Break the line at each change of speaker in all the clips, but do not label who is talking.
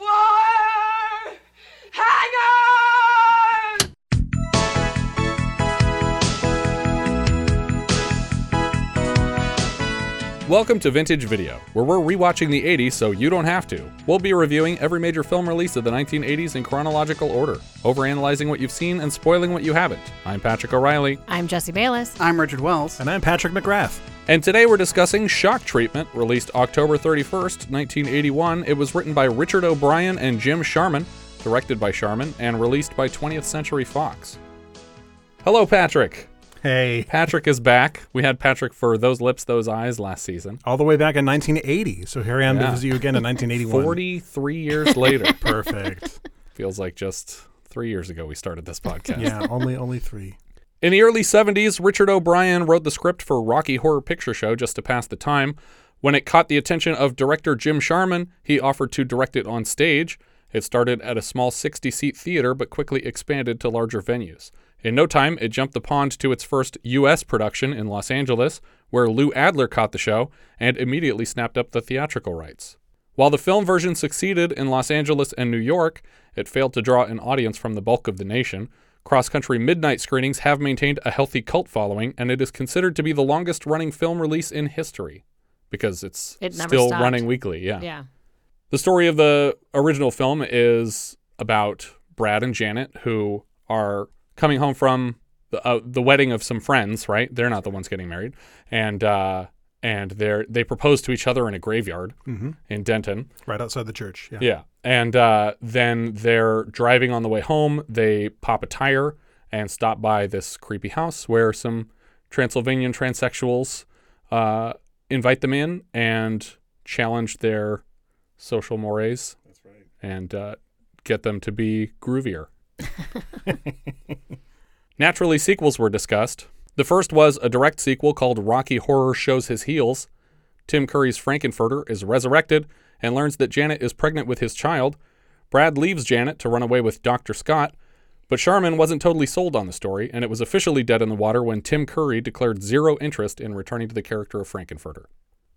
war! Hang on!
Welcome to Vintage Video, where we're rewatching the 80s so you don't have to. We'll be reviewing every major film release of the 1980s in chronological order, overanalyzing what you've seen and spoiling what you haven't. I'm Patrick O'Reilly,
I'm Jesse Bayless.
I'm Richard Wells.
And I'm Patrick McGrath.
and today we're discussing Shock Treatment, released October 31st, 1981. It was written by Richard O'Brien and Jim Sharman, directed by Sharman, and released by 20th Century Fox. Hello, Patrick.
Hey.
Patrick is back. We had Patrick for Those Lips, Those Eyes last season.
All the way back in 1980. So here I am
Yeah.
to visit you again in 1981.
43 years later.
Perfect.
feels like just three years ago we started this podcast.
yeah, only only three.
In the early 70s, Richard O'Brien wrote the script for Rocky Horror Picture Show just to pass the time. When it caught the attention of director Jim Sharman, he offered to direct it on stage. It started at a small 60 seat theater but quickly expanded to larger venues. In no time, it jumped the pond to its first U.S. production in Los Angeles, where Lou Adler caught the show and immediately snapped up the theatrical rights. While the film version succeeded in Los Angeles and New York, it failed to draw an audience from the bulk of the nation. Cross country midnight screenings have maintained a healthy cult following, and it is considered to be the longest running film release in history because it's
It never
still
stopped.
running weekly. Yeah.
Yeah.
The story of the original film is about Brad and Janet who are coming home from the, uh, the wedding of some friends, right? They're not the ones getting married, and uh, and they they propose to each other in a graveyard in Denton.
Right outside the church. Yeah.
Mm-hmm. Yeah. And uh, then they're driving on the way home. They pop a tire and stop by this creepy house where some Transylvanian transsexuals uh, invite them in and challenge their social mores. That's right. And uh, get them to be groovier. Naturally, sequels were discussed. The first was a direct sequel called Rocky Horror Shows His Heels. Tim Curry's Frankenfurter is resurrected and learns that Janet is pregnant with his child. Brad leaves Janet to run away with Dr. Scott, but Sharman wasn't totally sold on the story, and it was officially dead in the water when Tim Curry declared zero interest in returning to the character of Frankenfurter.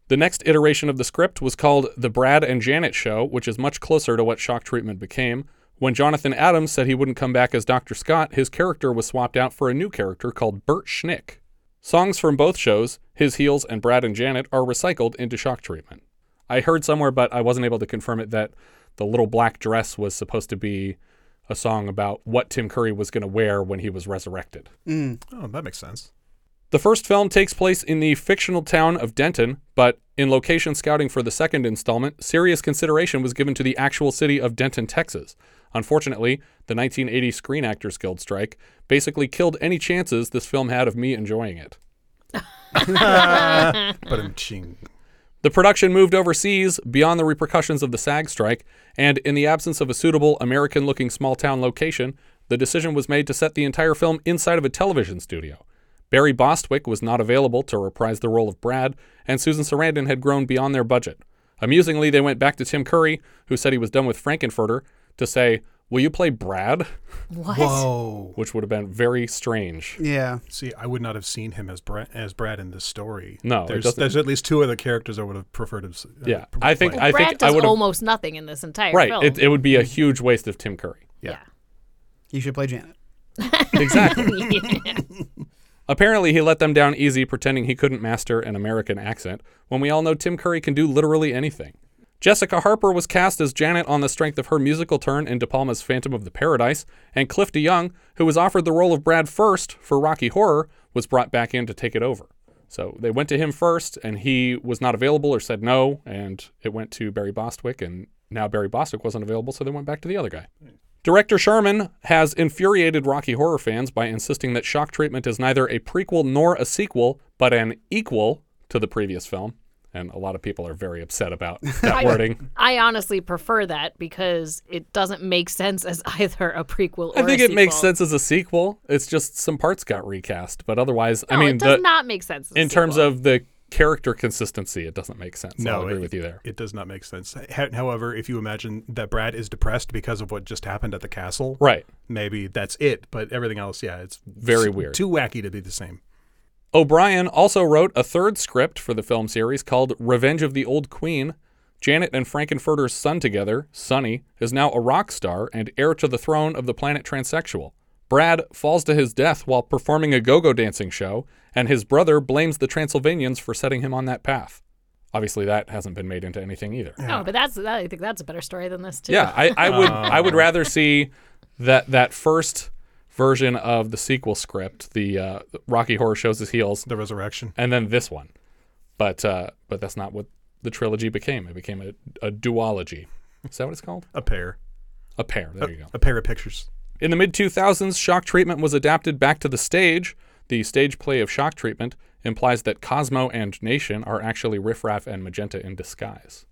The next iteration of the script was called The Brad and Janet Show, which is much closer to what shock treatment became. When Jonathan Adams said he wouldn't come back as Dr. Scott, his character was swapped out for a new character called Bert Schnick. Songs from both shows, His Heels and Brad and Janet, are recycled into shock treatment. I heard somewhere, but I wasn't able to confirm it, that The Little Black Dress was supposed to be a song about what Tim Curry was going to wear when he was resurrected.
Oh, that makes sense.
The first film takes place in the fictional town of Denton, but in location scouting for the second installment, serious consideration was given to the actual city of Denton, Texas. Unfortunately, the 1980 Screen Actors Guild strike basically killed any chances this film had of me enjoying it.
But I'm ching.
The production moved overseas beyond the repercussions of the SAG strike, and in the absence of a suitable American looking small town location, the decision was made to set the entire film inside of a television studio. Barry Bostwick was not available to reprise the role of Brad, and Susan Sarandon had grown beyond their budget. Amusingly, they went back to Tim Curry, who said he was done with Frankenfurter, to say, Will you play Brad?
What?
Whoa.
Which would have been very strange.
Yeah.
See, I would not have seen him as Brad, as Brad in this story.
No, it
there's,
doesn't-
there's at least two other characters I would have preferred. To, uh,
Yeah. I think, I
Brad
think I
does
would have.
almost nothing in this entire
Right.
film.
It, it would be a huge waste of Tim Curry.
yeah.
You should play Janet.
Exactly. Apparently, he let them down easy pretending he couldn't master an American accent when we all know Tim Curry can do literally anything. Jessica Harper was cast as Janet on the strength of her musical turn in De Palma's Phantom of the Paradise, and Cliff DeYoung, who was offered the role of Brad first for Rocky Horror, was brought back in to take it over. So they went to him first, and he was not available or said no, and it went to Barry Bostwick, and now Barry Bostwick wasn't available, so they went back to the other guy. Director Sherman has infuriated Rocky Horror fans by insisting that Shock Treatment is neither a prequel nor a sequel, but an equal to the previous film. And a lot of people are very upset about that wording.
I honestly prefer that because it doesn't make sense as either a prequel or
I think
a
it makes
sequel.
sense as a sequel. It's just some parts got recast, but otherwise, I
No,
mean,
it does
the,
not make sense as a
in terms
sequel.
of the character consistency, it doesn't make sense. I'll agree
it,
with you there.
It does not make sense. Ho- However, if you imagine that Brad is depressed because of what just happened at the castle,
Right.
maybe that's it. But everything else, yeah, it's
Very
s-
weird.
Too wacky to be the same.
O'Brien also wrote a third script for the film series called Revenge of the Old Queen. Janet and Frankenfurter's son together, Sonny, is now a rock star and heir to the throne of the planet Transsexual. Brad falls to his death while performing a go go dancing show, and his brother blames the Transylvanians for setting him on that path. Obviously, that hasn't been made into anything either.
No, but that's that, I think that's a better story than this too.
Yeah, I, I would I would rather see that that first version of the sequel script, the uh, Rocky Horror shows his heels,
The resurrection.
and then this one. But uh, but that's not what the trilogy became. It became a, a duology. Is that what it's called?
A pair.
A pair. There you go.
A pair of pictures.
In the mid 2000s, shock treatment was adapted back to the stage. The stage play of shock treatment implies that Cosmo and Nation are actually Riffraff and Magenta in disguise.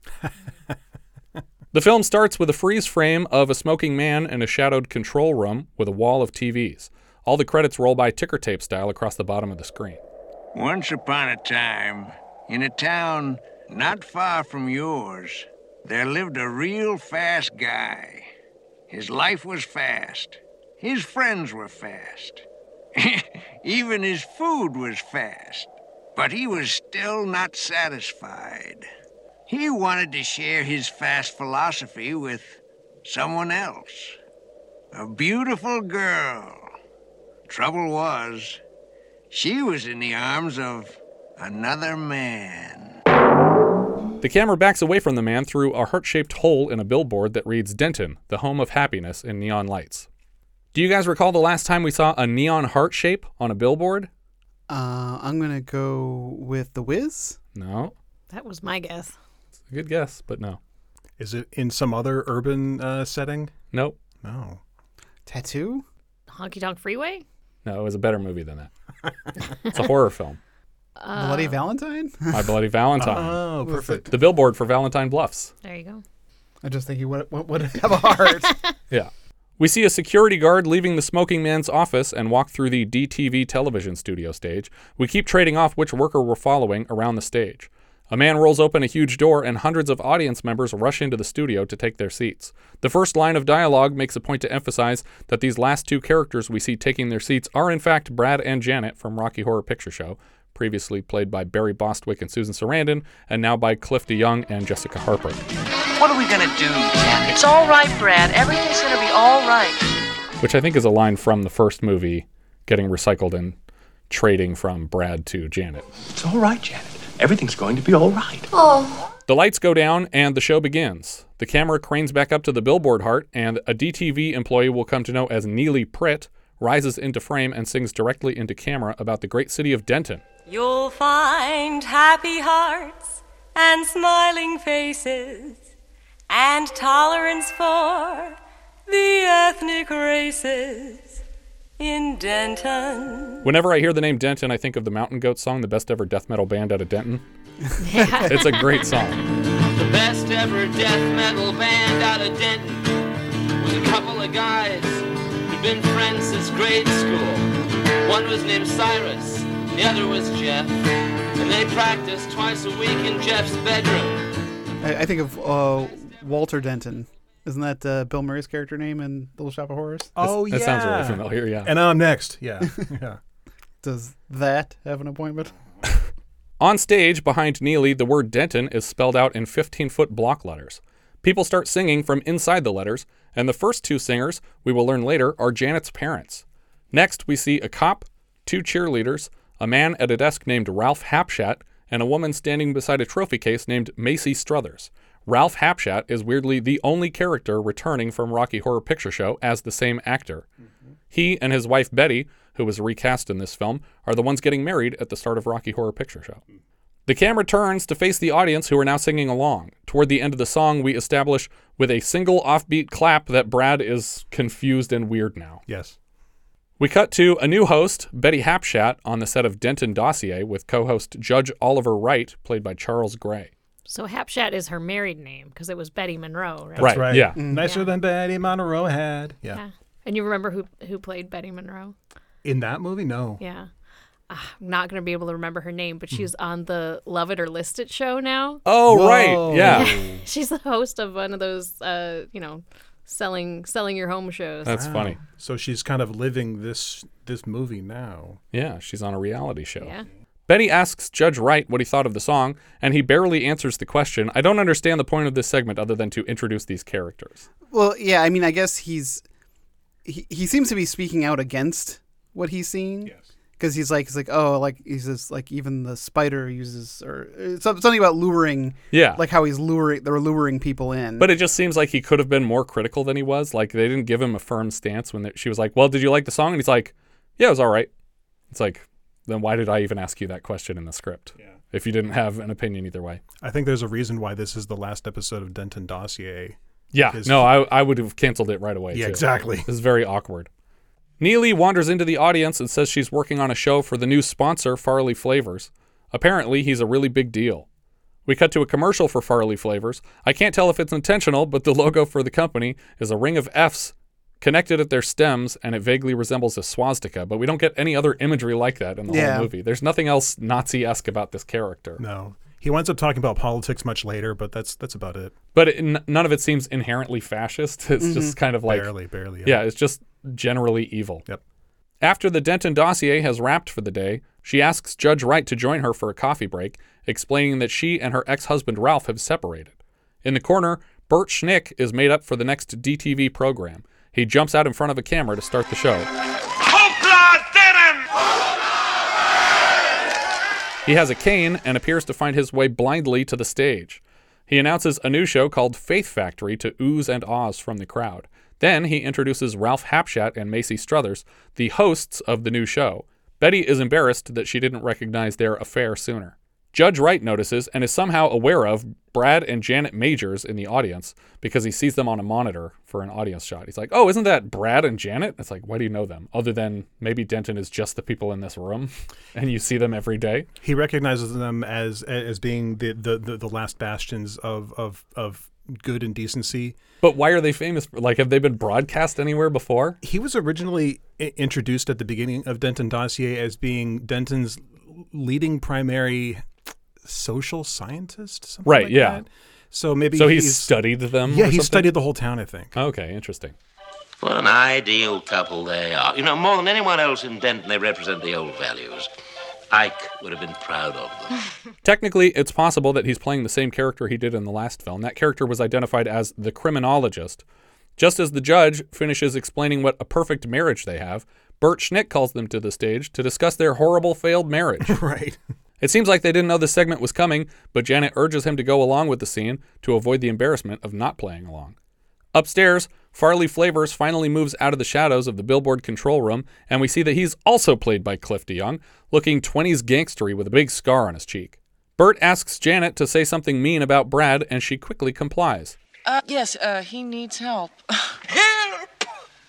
the film starts with a freeze frame of a smoking man in a shadowed control room with a wall of TVs. All the credits roll by ticker tape style across the bottom of the screen.
Once upon a time, in a town not far from yours, there lived a real fast guy. His life was fast. His friends were fast. Even his food was fast. But he was still not satisfied. He wanted to share his fast philosophy with someone else. A beautiful girl. Trouble was, she was in the arms of another man.
The camera backs away from the man through a heart shaped hole in a billboard that reads Denton, the home of happiness, in neon lights. Do you guys recall the last time we saw a neon heart shape on a billboard?
Uh, I'm gonna go with the Wiz.
No.
That was my guess.
It's a good guess, but no.
Is it in some other urban uh, setting?
Nope.
No.
Tattoo.
Honky Tonk Freeway?
No, it was a better movie than that. it's a horror film.
Bloody Valentine.
My Bloody Valentine.
Oh, perfect.
the billboard for Valentine Bluffs.
There you go.
I just think he would, would, would have a heart.
Yeah. We see a security guard leaving the smoking man's office and walk through the DTV television studio stage. We keep trading off which worker we're following around the stage. A man rolls open a huge door, and hundreds of audience members rush into the studio to take their seats. The first line of dialogue makes a point to emphasize that these last two characters we see taking their seats are, in fact, Brad and Janet from Rocky Horror Picture Show, previously played by Barry Bostwick and Susan Sarandon, and now by Cliff DeYoung and Jessica Harper.
What are we gonna do, Janet?
It's all right, Brad. Everything's gonna be all right.
which I think is a line from the first movie getting recycled and trading from Brad to Janet.
It's all right, Janet. Everything's going to be all right.
The lights go down and the show begins. The camera cranes back up to the billboard heart, and a DTV employee we'll come to know as Neely Pritt rises into frame and sings directly into camera about the great city of Denton.
You'll find happy hearts and smiling faces and tolerance for the ethnic races in Denton.
Whenever I hear the name Denton, I think of the Mountain Goat song, the best ever death metal band out of Denton. it's a great song.
The best ever death metal band out of Denton was a couple of guys who'd been friends since grade school. One was named Cyrus, the other was Jeff, and they practiced twice a week in Jeff's bedroom.
I, I think of uh, Walter Denton. Isn't that uh, Bill Murray's character name in Little Shop of Horrors?
Oh, yeah.
That sounds really familiar, yeah.
And I'm next. Yeah. yeah.
Does that have an appointment?
On stage, behind Neely, the word Denton is spelled out in 15 foot block letters. People start singing from inside the letters, and the first two singers, we will learn later, are Janet's parents. Next, we see a cop, two cheerleaders, a man at a desk named Ralph Hapshat, and a woman standing beside a trophy case named Macy Struthers. Ralph Hapshat is weirdly the only character returning from Rocky Horror Picture Show as the same actor. He and his wife Betty, who was recast in this film, are the ones getting married at the start of Rocky Horror Picture Show. The camera turns to face the audience who are now singing along. Toward the end of the song, we establish with a single offbeat clap that Brad is confused and weird now.
Yes.
We cut to a new host, Betty Hapshat, on the set of Denton Dossier with co host Judge Oliver Wright, played by Charles Gray.
So Hapshat is her married name because it was Betty Monroe, right?
Right. Yeah.
Nicer
Yeah.
than Betty Monroe had. Yeah.
Yeah. And you remember who who played Betty Monroe?
In that movie? No.
Yeah. ah, I'm not going to be able to remember her name, but
Hmm.
she's on the Love It or List It show now.
Oh, right. Yeah.
she's the host of one of those, uh, you know, selling selling your home shows.
That's funny.
So she's kind of living this this movie now.
Yeah, she's on a reality show.
Yeah.
Betty asks Judge Wright what he thought of the song, and he barely answers the question. I don't understand the point of this segment other than to introduce these characters.
Well, yeah, I mean, I guess he's he, he seems to be speaking out against what he's seeing. Yes. Because he's like he's like oh like he says like even the spider uses or uh, some- something about luring
Yeah.
like how he's luring they're luring people in
But it just seems like he could have been more critical than he was. Like they didn't give him a firm stance when they, she was like, "Well, did you like the song?" And he's like, "Yeah, it was all right." It's like, then why did I even ask you that question in the script? If you didn't have an opinion either way.
I think there's a reason why this is the last episode of Denton Dossier.
Yeah.
Because-
No, I, I would have canceled it right away.
Yeah,
too.
exactly.
This is very awkward. Neely wanders into the audience and says she's working on a show for the new sponsor, Farley Flavors. Apparently, he's a really big deal. We cut to a commercial for Farley Flavors. I can't tell if it's intentional, but the logo for the company is a ring of F's connected at their stems, and it vaguely resembles a swastika, but we don't get any other imagery like that in the
Yeah.
whole movie. There's nothing else Nazi esque about this character.
No, he winds up talking about politics much later, but that's that's about it.
But it, n- none of it seems inherently fascist. It's just kind of like.
barely, barely.
Yeah, it's just generally evil.
Yep.
After the Denton dossier has wrapped for the day, she asks Judge Wright to join her for a coffee break, explaining that she and her ex husband Ralph have separated. In the corner, Bert Schnick is made up for the next DTV program. He jumps out in front of a camera to start the show.
Hoopla denim!
He has a cane and appears to find his way blindly to the stage. He announces a new show called Faith Factory to oohs and ahs from the crowd. Then he introduces Ralph Hapshat and Macy Struthers, the hosts of the new show. Betty is embarrassed that she didn't recognize their affair sooner. Judge Wright notices and is somehow aware of Brad and Janet Majors in the audience because he sees them on a monitor for an audience shot. He's like, Oh, isn't that Brad and Janet? It's like, why do you know them? Other than maybe Denton is just the people in this room and you see them every day.
He recognizes them as as being the the, the, the last bastions of, of of good and decency.
But why are they famous? Like, have they been broadcast anywhere before?
He was originally i- introduced at the beginning of Denton Dossier as being Denton's leading primary social scientist. Something
Right,
like
yeah.
that. So maybe
So he's, studied them.
Yeah,
or
he
something?
studied the whole town. I think.
Okay, interesting.
What an ideal couple they are. You know, more than anyone else in Denton, they represent the old values. Ike would have been proud of them.
Technically, it's possible that he's playing the same character he did in the last film. That character was identified as the criminologist. Just as the judge finishes explaining what a perfect marriage they have, Bert Schnick calls them to the stage to discuss their horrible failed marriage.
right.
It seems like they didn't know this segment was coming, but Janet urges him to go along with the scene to avoid the embarrassment of not playing along. Upstairs, Farley Flavors finally moves out of the shadows of the billboard control room, and we see that he's also played by Cliff DeYoung, looking 20s gangstery with a big scar on his cheek. Bert asks Janet to say something mean about Brad, and she quickly complies.
Uh, yes, uh, he needs help.
Help!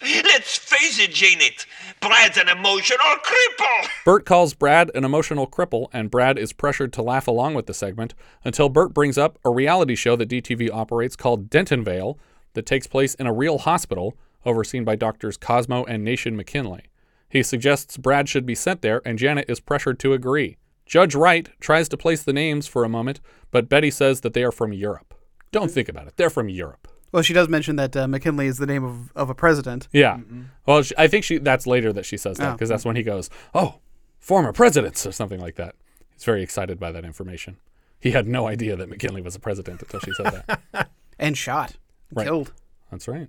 Let's face it, Janet. Brad's an emotional cripple.
Bert calls Brad an emotional cripple, and Brad is pressured to laugh along with the segment until Bert brings up a reality show that DTV operates called Dentonvale that takes place in a real hospital overseen by doctors Cosmo and Nation McKinley. He suggests Brad should be sent there, and Janet is pressured to agree. Judge Wright tries to place the names for a moment, but Betty says that they are from Europe. Don't think about it, they're from Europe.
well she does mention that uh, McKinley is the name of, of a president
Yeah. Well, she, I think she that's later that she says that
Oh.
because that's when he goes, "Oh, former presidents" or something like that. He's very excited by that information. He had no idea that McKinley was a president until she said that.
and shot
Right.
killed
that's right.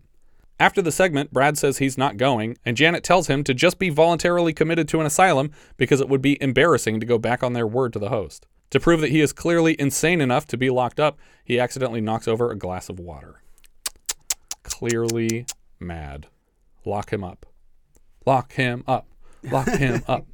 After the segment, Brad says he's not going, and Janet tells him to just be voluntarily committed to an asylum because it would be embarrassing to go back on their word to the host. To prove that he is clearly insane enough to be locked up, he accidentally knocks over a glass of water. Clearly mad. Lock him up. Lock him up. Lock him up.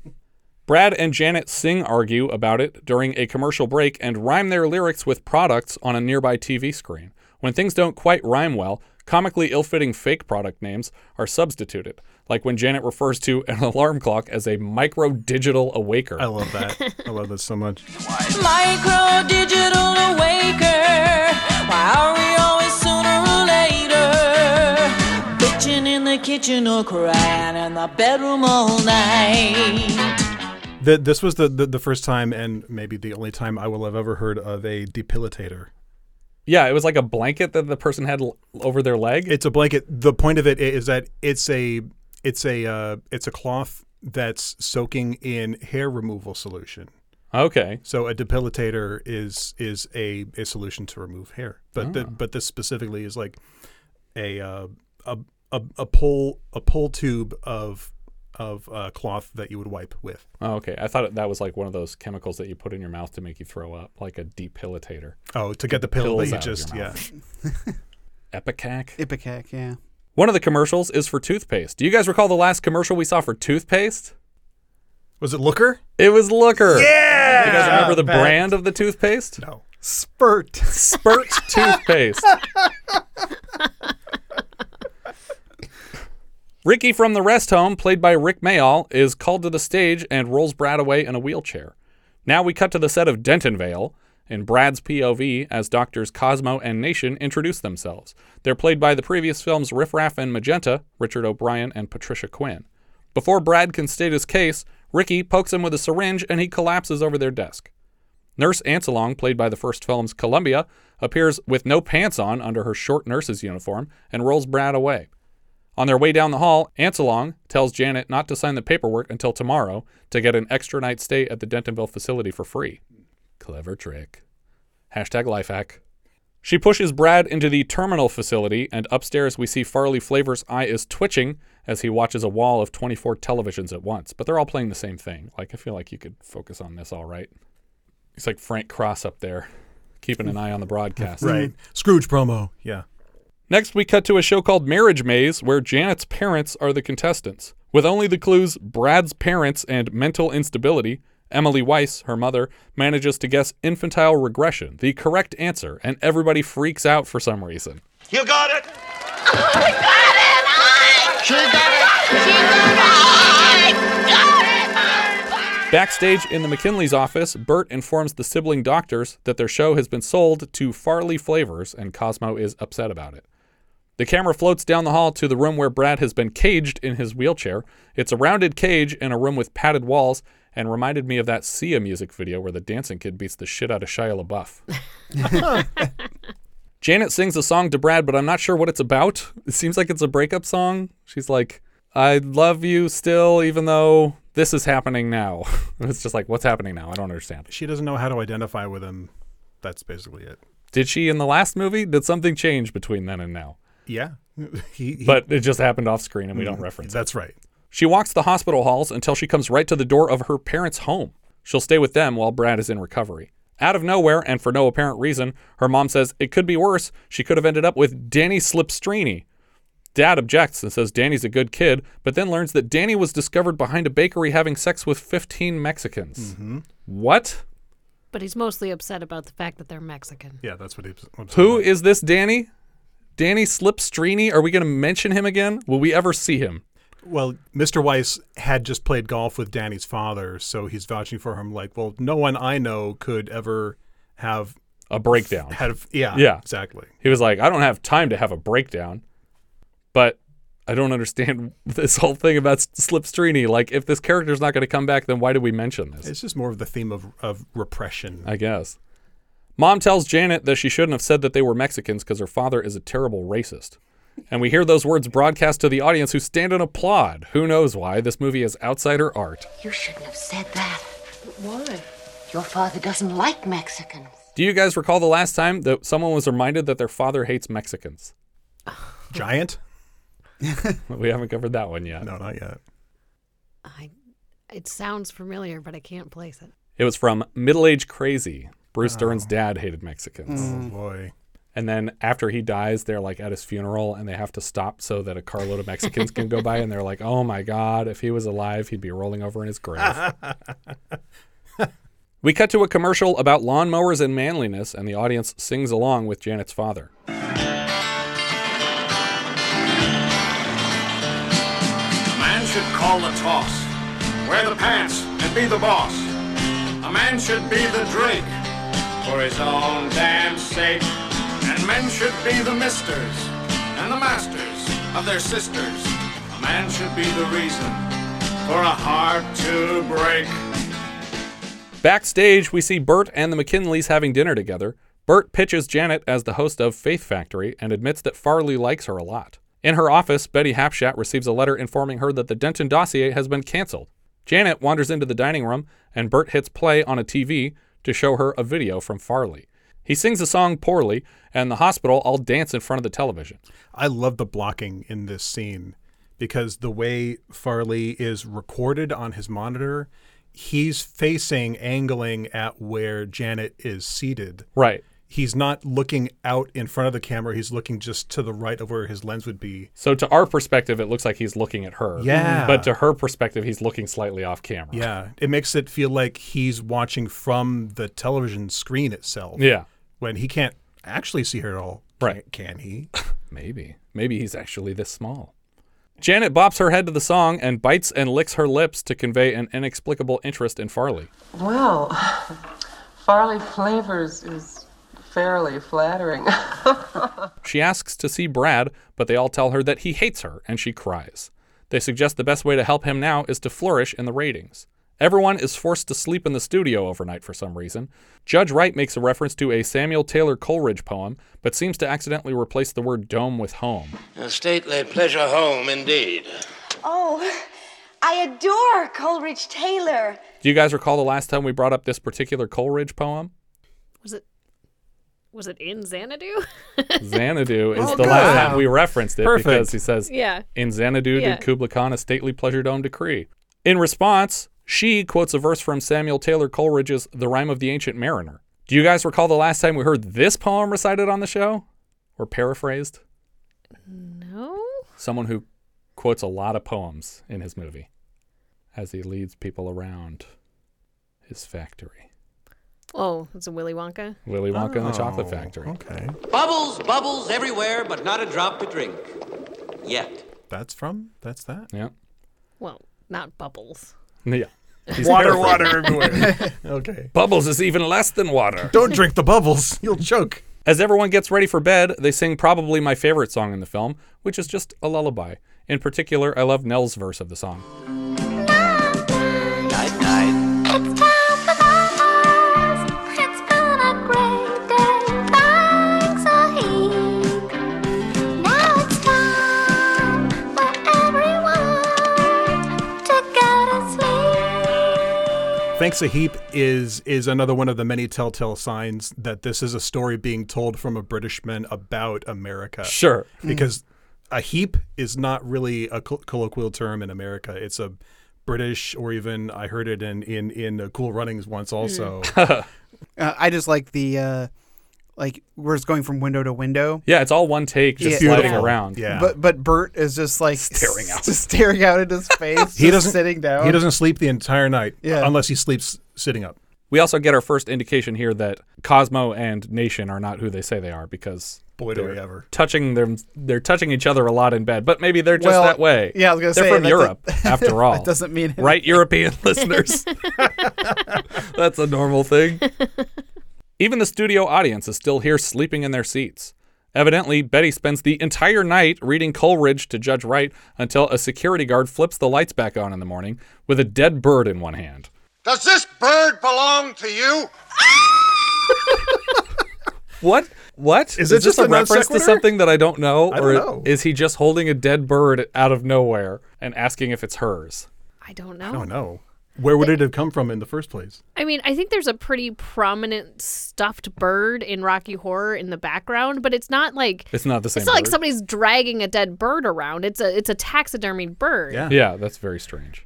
Brad and Janet Singh argue about it during a commercial break and rhyme their lyrics with products on a nearby TV screen. When things don't quite rhyme well, comically ill fitting fake product names are substituted, like when Janet refers to an alarm clock as a micro digital awaker.
I love that. I love that so much.
Micro digital awaker. Why are we always sooner or later? Bitching in the kitchen or crying in the bedroom all night.
Th this was the, the, the first time and maybe the only time I will have ever heard of a depilator.
Yeah, it was like a blanket that the person had l- over their leg.
It's a blanket. The point of it is that it's a it's a uh, it's a cloth that's soaking in hair removal solution.
Okay.
So a depilator is is a, a solution to remove hair, but the,
Ah.
but this specifically is like a uh, a, a a pull a pull tube of of uh, cloth that you would wipe with.
Oh, okay. I thought that was like one of those chemicals that you put in your mouth to make you throw up, like a depilator.
Oh, to get the pill
Pills
that you
out of
just-
your mouth. Epicac.
Ipecac, yeah.
One of the commercials is for toothpaste. Do you guys recall the last commercial we saw for toothpaste?
Was it Looker?
It was Looker. Yeah. You guys
Good
remember
job,
the
Pat.
brand of the toothpaste?
No.
Spurt.
Spurt toothpaste. Ricky from the rest home, played by Rick Mayall, is called to the stage and rolls Brad away in a wheelchair. Now we cut to the set of Dentonvale in Brad's POV as doctors Cosmo and Nation introduce themselves. They're played by the previous film's Riff Raff and Magenta, Richard O'Brien and Patricia Quinn. Before Brad can state his case, Ricky pokes him with a syringe and he collapses over their desk. Nurse Anselong, played by the first film's Columbia, appears with no pants on under her short nurse's uniform and rolls Brad away. On their way down the hall, Anselong tells Janet not to sign the paperwork until tomorrow to get an extra night stay at the Dentonville facility for free. Clever trick. Hashtag lifehack. She pushes Brad into the terminal facility, and upstairs we see Farley Flavor's eye is twitching as he watches a wall of 24 televisions at once, but they're all playing the same thing. Like, I feel like you could focus on this all right. He's like Frank Cross up there, keeping an eye on the broadcast.
Right. Scrooge promo. Yeah.
Next, we cut to a show called Marriage Maze, where Janet's parents are the contestants. With only the clues Brad's parents and mental instability, Emily Weiss, her mother, manages to guess infantile regression, the correct answer, and everybody freaks out for some reason.
You got it?
She got it! She got it!
Backstage in the McKinley's office, Bert informs the sibling doctors that their show has been sold to Farley Flavors, and Cosmo is upset about it. The camera floats down the hall to the room where Brad has been caged in his wheelchair. It's a rounded cage in a room with padded walls and reminded me of that Sia music video where the dancing kid beats the shit out of Shia LaBeouf. Janet sings a song to Brad, but I'm not sure what it's about. It seems like it's a breakup song. She's like, I love you still, even though this is happening now. it's just like, what's happening now? I don't understand.
She doesn't know how to identify with him. That's basically it.
Did she in the last movie? Did something change between then and now?
Yeah. he, he-
But it just happened off screen and we don't
Mm,
reference it.
That's right.
She walks the hospital halls until she comes right to the door of her parents' home. She'll stay with them while Brad is in recovery. Out of nowhere, and for no apparent reason, her mom says it could be worse. She could have ended up with Danny Slipstrini. Dad objects and says Danny's a good kid, but then learns that Danny was discovered behind a bakery having sex with 15 Mexicans. What?
But he's mostly upset about the fact that they're Mexican.
Yeah, that's what he. What
Who is this Danny? Danny Slipstrini? Are we going to mention him again? Will we ever see him?
Well, Mr. Weiss had just played golf with Danny's father, so he's vouching for him. Like, well, no one I know could ever have
a breakdown.
Have yeah,
Yeah.
exactly.
He was like, I don't have time to have a breakdown, but I don't understand this whole thing about Slipstrini. Like, if this character's not going to come back, then why do we mention this?
It's just more of the theme of of repression.
I guess. Mom tells Janet that she shouldn't have said that they were Mexicans because her father is a terrible racist. And we hear those words broadcast to the audience who stand and applaud. Who knows why? This movie is outsider art.
You shouldn't have said that.
Why?
Your father doesn't like Mexicans.
Do you guys recall the last time that someone was reminded that their father hates Mexicans?
Giant?
we haven't covered that one yet.
No, not yet.
I, it sounds familiar, but I can't place it.
It was from Middle Age Crazy. Bruce Dern's dad hated Mexicans.
Oh boy.
And then after he dies, they're like at his funeral and they have to stop so that a carload of Mexicans can go by. And they're like, oh my God, if he was alive, he'd be rolling over in his grave. we cut to a commercial about lawnmowers and manliness, and the audience sings along with Janet's father.
Man should call the toss, wear the pants, and be the boss. A man should be the Drake for his own damn sake. And men should be the misters and the masters of their sisters. A man should be the reason for a heart to break.
Backstage, we see Bert and the McKinleys having dinner together. Bert pitches Janet as the host of Faith Factory and admits that Farley likes her a lot. In her office, Betty Hapshat receives a letter informing her that the Denton dossier has been canceled. Janet wanders into the dining room and Bert hits play on a TV to show her a video from Farley. He sings the song poorly, and the hospital all dance in front of the television.
I love the blocking in this scene because the way Farley is recorded on his monitor, he's facing, angling at where Janet is seated.
Right.
He's not looking out in front of the camera. He's looking just to the right of where his lens would be.
So, to our perspective, it looks like he's looking at her.
Yeah.
But to her perspective, he's looking slightly off camera.
Yeah. It makes it feel like he's watching from the television screen itself.
Yeah.
When he can't actually see her at all.
Right.
Can, can he?
Maybe. Maybe he's actually this small. Janet bops her head to the song and bites and licks her lips to convey an inexplicable interest in Farley.
Well, Farley Flavors is fairly flattering.
She asks to see Brad, but they all tell her that he hates her, and she cries. They suggest the best way to help him now is to flourish in the ratings. Everyone is forced to sleep in the studio overnight for some reason. Judge Wright makes a reference to a Samuel Taylor Coleridge poem, but seems to accidentally replace the word dome with home.
A stately pleasure home, indeed.
Oh, I adore Coleridge Taylor.
Do you guys recall the last time we brought up this particular Coleridge poem?
Was it was it in Xanadu?
Xanadu is
Oh,
the
good.
last time we referenced it
Perfect.
because he says,
Yeah.
In Xanadu
Yeah.
did Kubla Khan a stately pleasure dome decree. In response, she quotes a verse from Samuel Taylor Coleridge's The Rime of the Ancient Mariner. Do you guys recall the last time we heard this poem recited on the show? Or paraphrased?
No.
Someone who quotes a lot of poems in his movie as he leads people around his factory.
Oh, it's a Willy Wonka.
Willy Wonka and the Chocolate
Oh,
Factory.
Okay.
Bubbles, bubbles everywhere, but not a drop to drink. Yet.
That's from? That's that?
Yeah.
Well, not bubbles.
Yeah. He's
Water,
paraphrasing.
water everywhere. Okay.
Bubbles is even less than water.
Don't drink the bubbles. You'll choke.
As everyone gets ready for bed, they sing probably my favorite song in the film, which is just a lullaby. In particular, I love Nell's verse of the song.
Night, night.
It's time for lovers. It's been a great day. Thanks a heap. Now it's time for everyone to go to sleep.
Thanks a heap is is another one of the many telltale signs that this is a story being told from a Britishman about America.
Sure. Mm.
because a heap is not really a col- colloquial term in America. It's a British, or even I heard it in in in uh, Cool Runnings once also.
Uh, I just like the uh, like where it's going from window to window.
Yeah, it's all one take, just
Yeah.
sliding around.
But but Bert is just like staring out, just staring out at his face.
he
just
doesn't
sitting down.
He doesn't sleep the entire night. uh,
Yeah.
unless he sleeps sitting up.
we also get our first indication here that Cosmo and Nation are not who they say they are because
Boy, do
they're
we ever.
touching them. They're touching each other a lot in bed, but maybe they're just
Well,
that way.
yeah, I was gonna
they're
say,
from
that-
Europe
that-
after all.
that doesn't mean
right, European listeners. That's a normal thing. Even the studio audience is still here sleeping in their seats. Evidently, Betty spends the entire night reading Coleridge to Judge Wright until a security guard flips the lights back on in the morning with a dead bird in one hand.
Does this bird belong to you?
What? What?
Is it
this
just a
a
non
reference to
sequitur?
something that I don't know?
I don't
or
know.
is he just holding a dead bird out of nowhere and asking if it's hers?
I don't know.
I don't know. Where would it have come from in the first place?
I mean, I think there's a pretty prominent stuffed bird in Rocky Horror in the background, but it's not like
It's not the same
It's not like
bird.
somebody's dragging a dead bird around. It's a it's a taxidermied bird.
Yeah, that's very strange.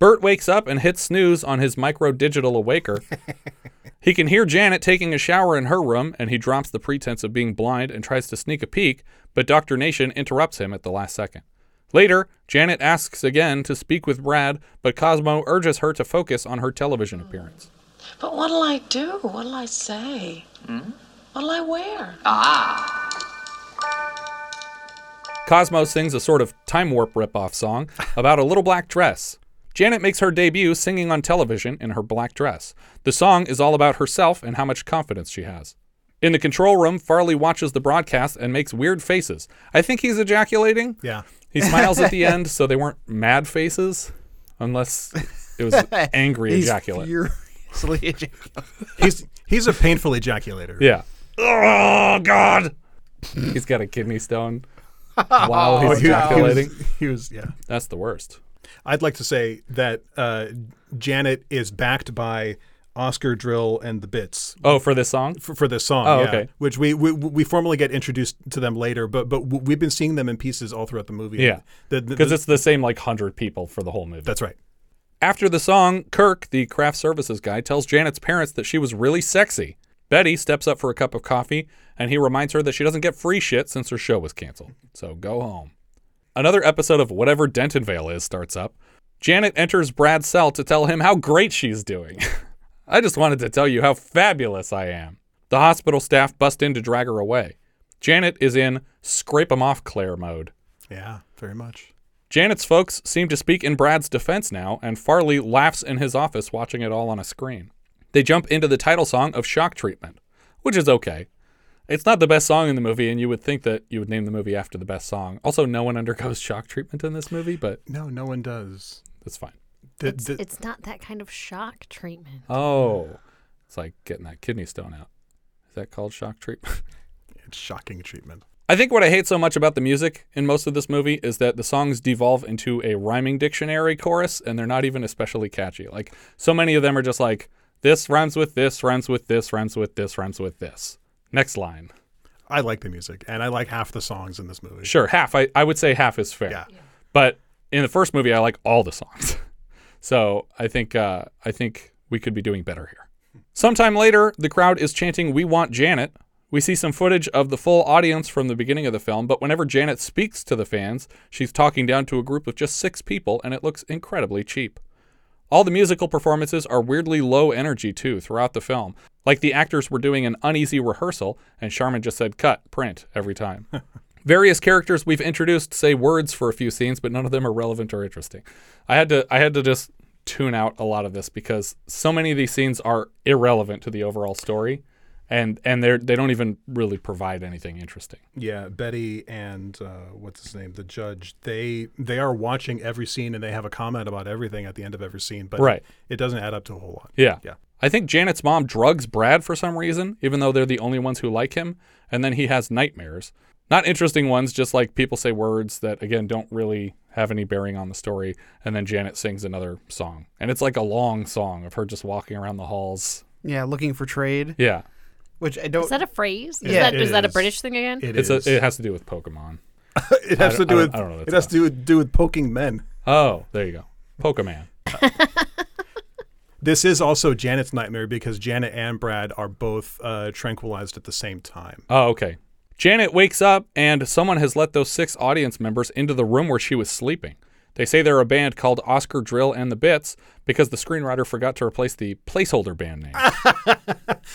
Bert wakes up and hits snooze on his micro digital awaker. he can hear Janet taking a shower in her room, and he drops the pretense of being blind and tries to sneak a peek, but Dr. Nation interrupts him at the last second. Later, Janet asks again to speak with Brad, but Cosmo urges her to focus on her television appearance.
But what'll I do? What'll I say? What'll I wear?
Ah.
Cosmo sings a sort of time warp ripoff song about a little black dress. Janet makes her debut singing on television in her black dress. The song is all about herself and how much confidence she has. In the control room, Farley watches the broadcast and makes weird faces. I think he's ejaculating.
Yeah.
He smiles at the end, so they weren't mad faces, unless it was angry
He's
ejaculate.
furious. easily ejaculate.
He's he's a painful ejaculator.
Yeah. Oh God. he's got a kidney stone. Wow, he's
Oh, he- he was-
ejaculating.
he was- yeah.
That's the worst.
I'd like to say that uh, Janet is backed by Oscar Drill and the Bits.
Oh, for this song?
For, for this song.
Oh,
yeah,
okay.
Which we, we we formally get introduced to them later, but but w- we've been seeing them in pieces all throughout the movie.
Yeah.
The- the-
Because
the-
it's the same like 100 people for the whole movie.
That's right.
After the song, Kirk, the craft services guy, tells Janet's parents that she was really sexy. Betty steps up for a cup of coffee, and he reminds her that she doesn't get free shit since her show was canceled. So go home. Another episode of whatever Dentonvale is starts up. Janet enters Brad's cell to tell him how great she's doing. I just wanted to tell you how fabulous I am. The hospital staff bust in to drag her away. Janet is in scrape 'em off Claire mode.
yeah, very much.
Janet's folks seem to speak in Brad's defense now, and Farley laughs in his office watching it all on a screen. They jump into the title song of Shock Treatment, which is okay. It's not the best song in the movie, and you would think that you would name the movie after the best song. Also, no one undergoes shock treatment in this movie, but
No, no one does.
that's fine.
it's, it's not that kind of shock treatment.
Oh, it's like getting that kidney stone out. Is that called shock treatment?
It's shocking treatment.
I think what I hate so much about the music in most of this movie is that the songs devolve into a rhyming dictionary chorus and they're not even especially catchy. Like, so many of them are just like, this rhymes with this, rhymes with this, rhymes with this, rhymes with this. Next line.
I like the music, and I like half the songs in this movie.
Sure, half. I, I would say half is fair. But in the first movie, I like all the songs. so I think uh, I think we could be doing better here. Sometime later, the crowd is chanting "We want Janet." We see some footage of the full audience from the beginning of the film, but whenever Janet speaks to the fans, she's talking down to a group of just six people, and it looks incredibly cheap. All the musical performances are weirdly low energy, too, throughout the film. Like the actors were doing an uneasy rehearsal, and Sharman just said cut, print every time. Various characters we've introduced say words for a few scenes, but none of them are relevant or interesting. I had to I had to just tune out a lot of this because so many of these scenes are irrelevant to the overall story and and they're they don't even really provide anything interesting.
Yeah, Betty and uh, what's his name, the judge. They they are watching every scene and they have a comment about everything at the end of every scene, but
Right.
it doesn't add up to a whole lot.
Yeah.
Yeah.
I think Janet's mom drugs Brad for some reason, even though they're the only ones who like him, and then he has nightmares. Not interesting ones, just like people say words that again don't really have any bearing on the story, and then Janet sings another song. And it's like a long song of her just walking around the halls.
Yeah, looking for trade.
Yeah.
Which I
Oh,
don't.
Is that a phrase? Is
Yeah,
that
it
is, that a
is.
British thing again?
It
It's a-
is.
it has to do with Pokemon.
it has
I
to
don't- I
do
don't-
with
I don't know what
it has to do with, do with poking men.
Oh, there you go. Pokemon.
This is also Janet's nightmare because Janet and Brad are both uh, tranquilized at the same time.
Oh, okay. Janet wakes up and someone has let those six audience members into the room where she was sleeping. They say they're a band called Oscar Drill and the Bits because the screenwriter forgot to replace the placeholder band name.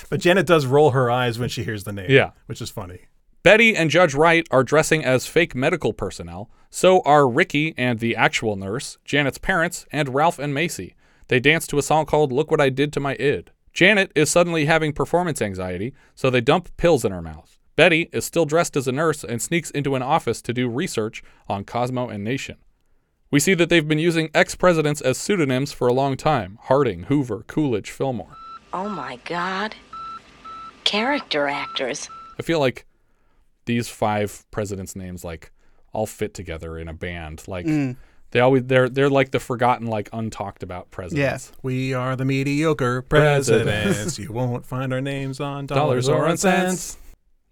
But Janet does roll her eyes when she hears the name.
Yeah.
which is funny.
Betty and Judge Wright are dressing as fake medical personnel. So are Ricky and the actual nurse, Janet's parents, and Ralph and Macy. They dance to a song called Look What I Did to My Id. Janet is suddenly having performance anxiety, so they dump pills in her mouth. Betty is still dressed as a nurse and sneaks into an office to do research on Cosmo and Nation. We see that they've been using ex presidents as pseudonyms for a long time Harding, Hoover, Coolidge, Fillmore.
Oh my god. Character actors.
I feel like these five presidents' names like all fit together in a band. Like
Mm.
they always they're they're like the forgotten, like untalked about presidents.
Yes, we are the mediocre
Presidents.
presidents. you won't find our names on
Dollars or on cents.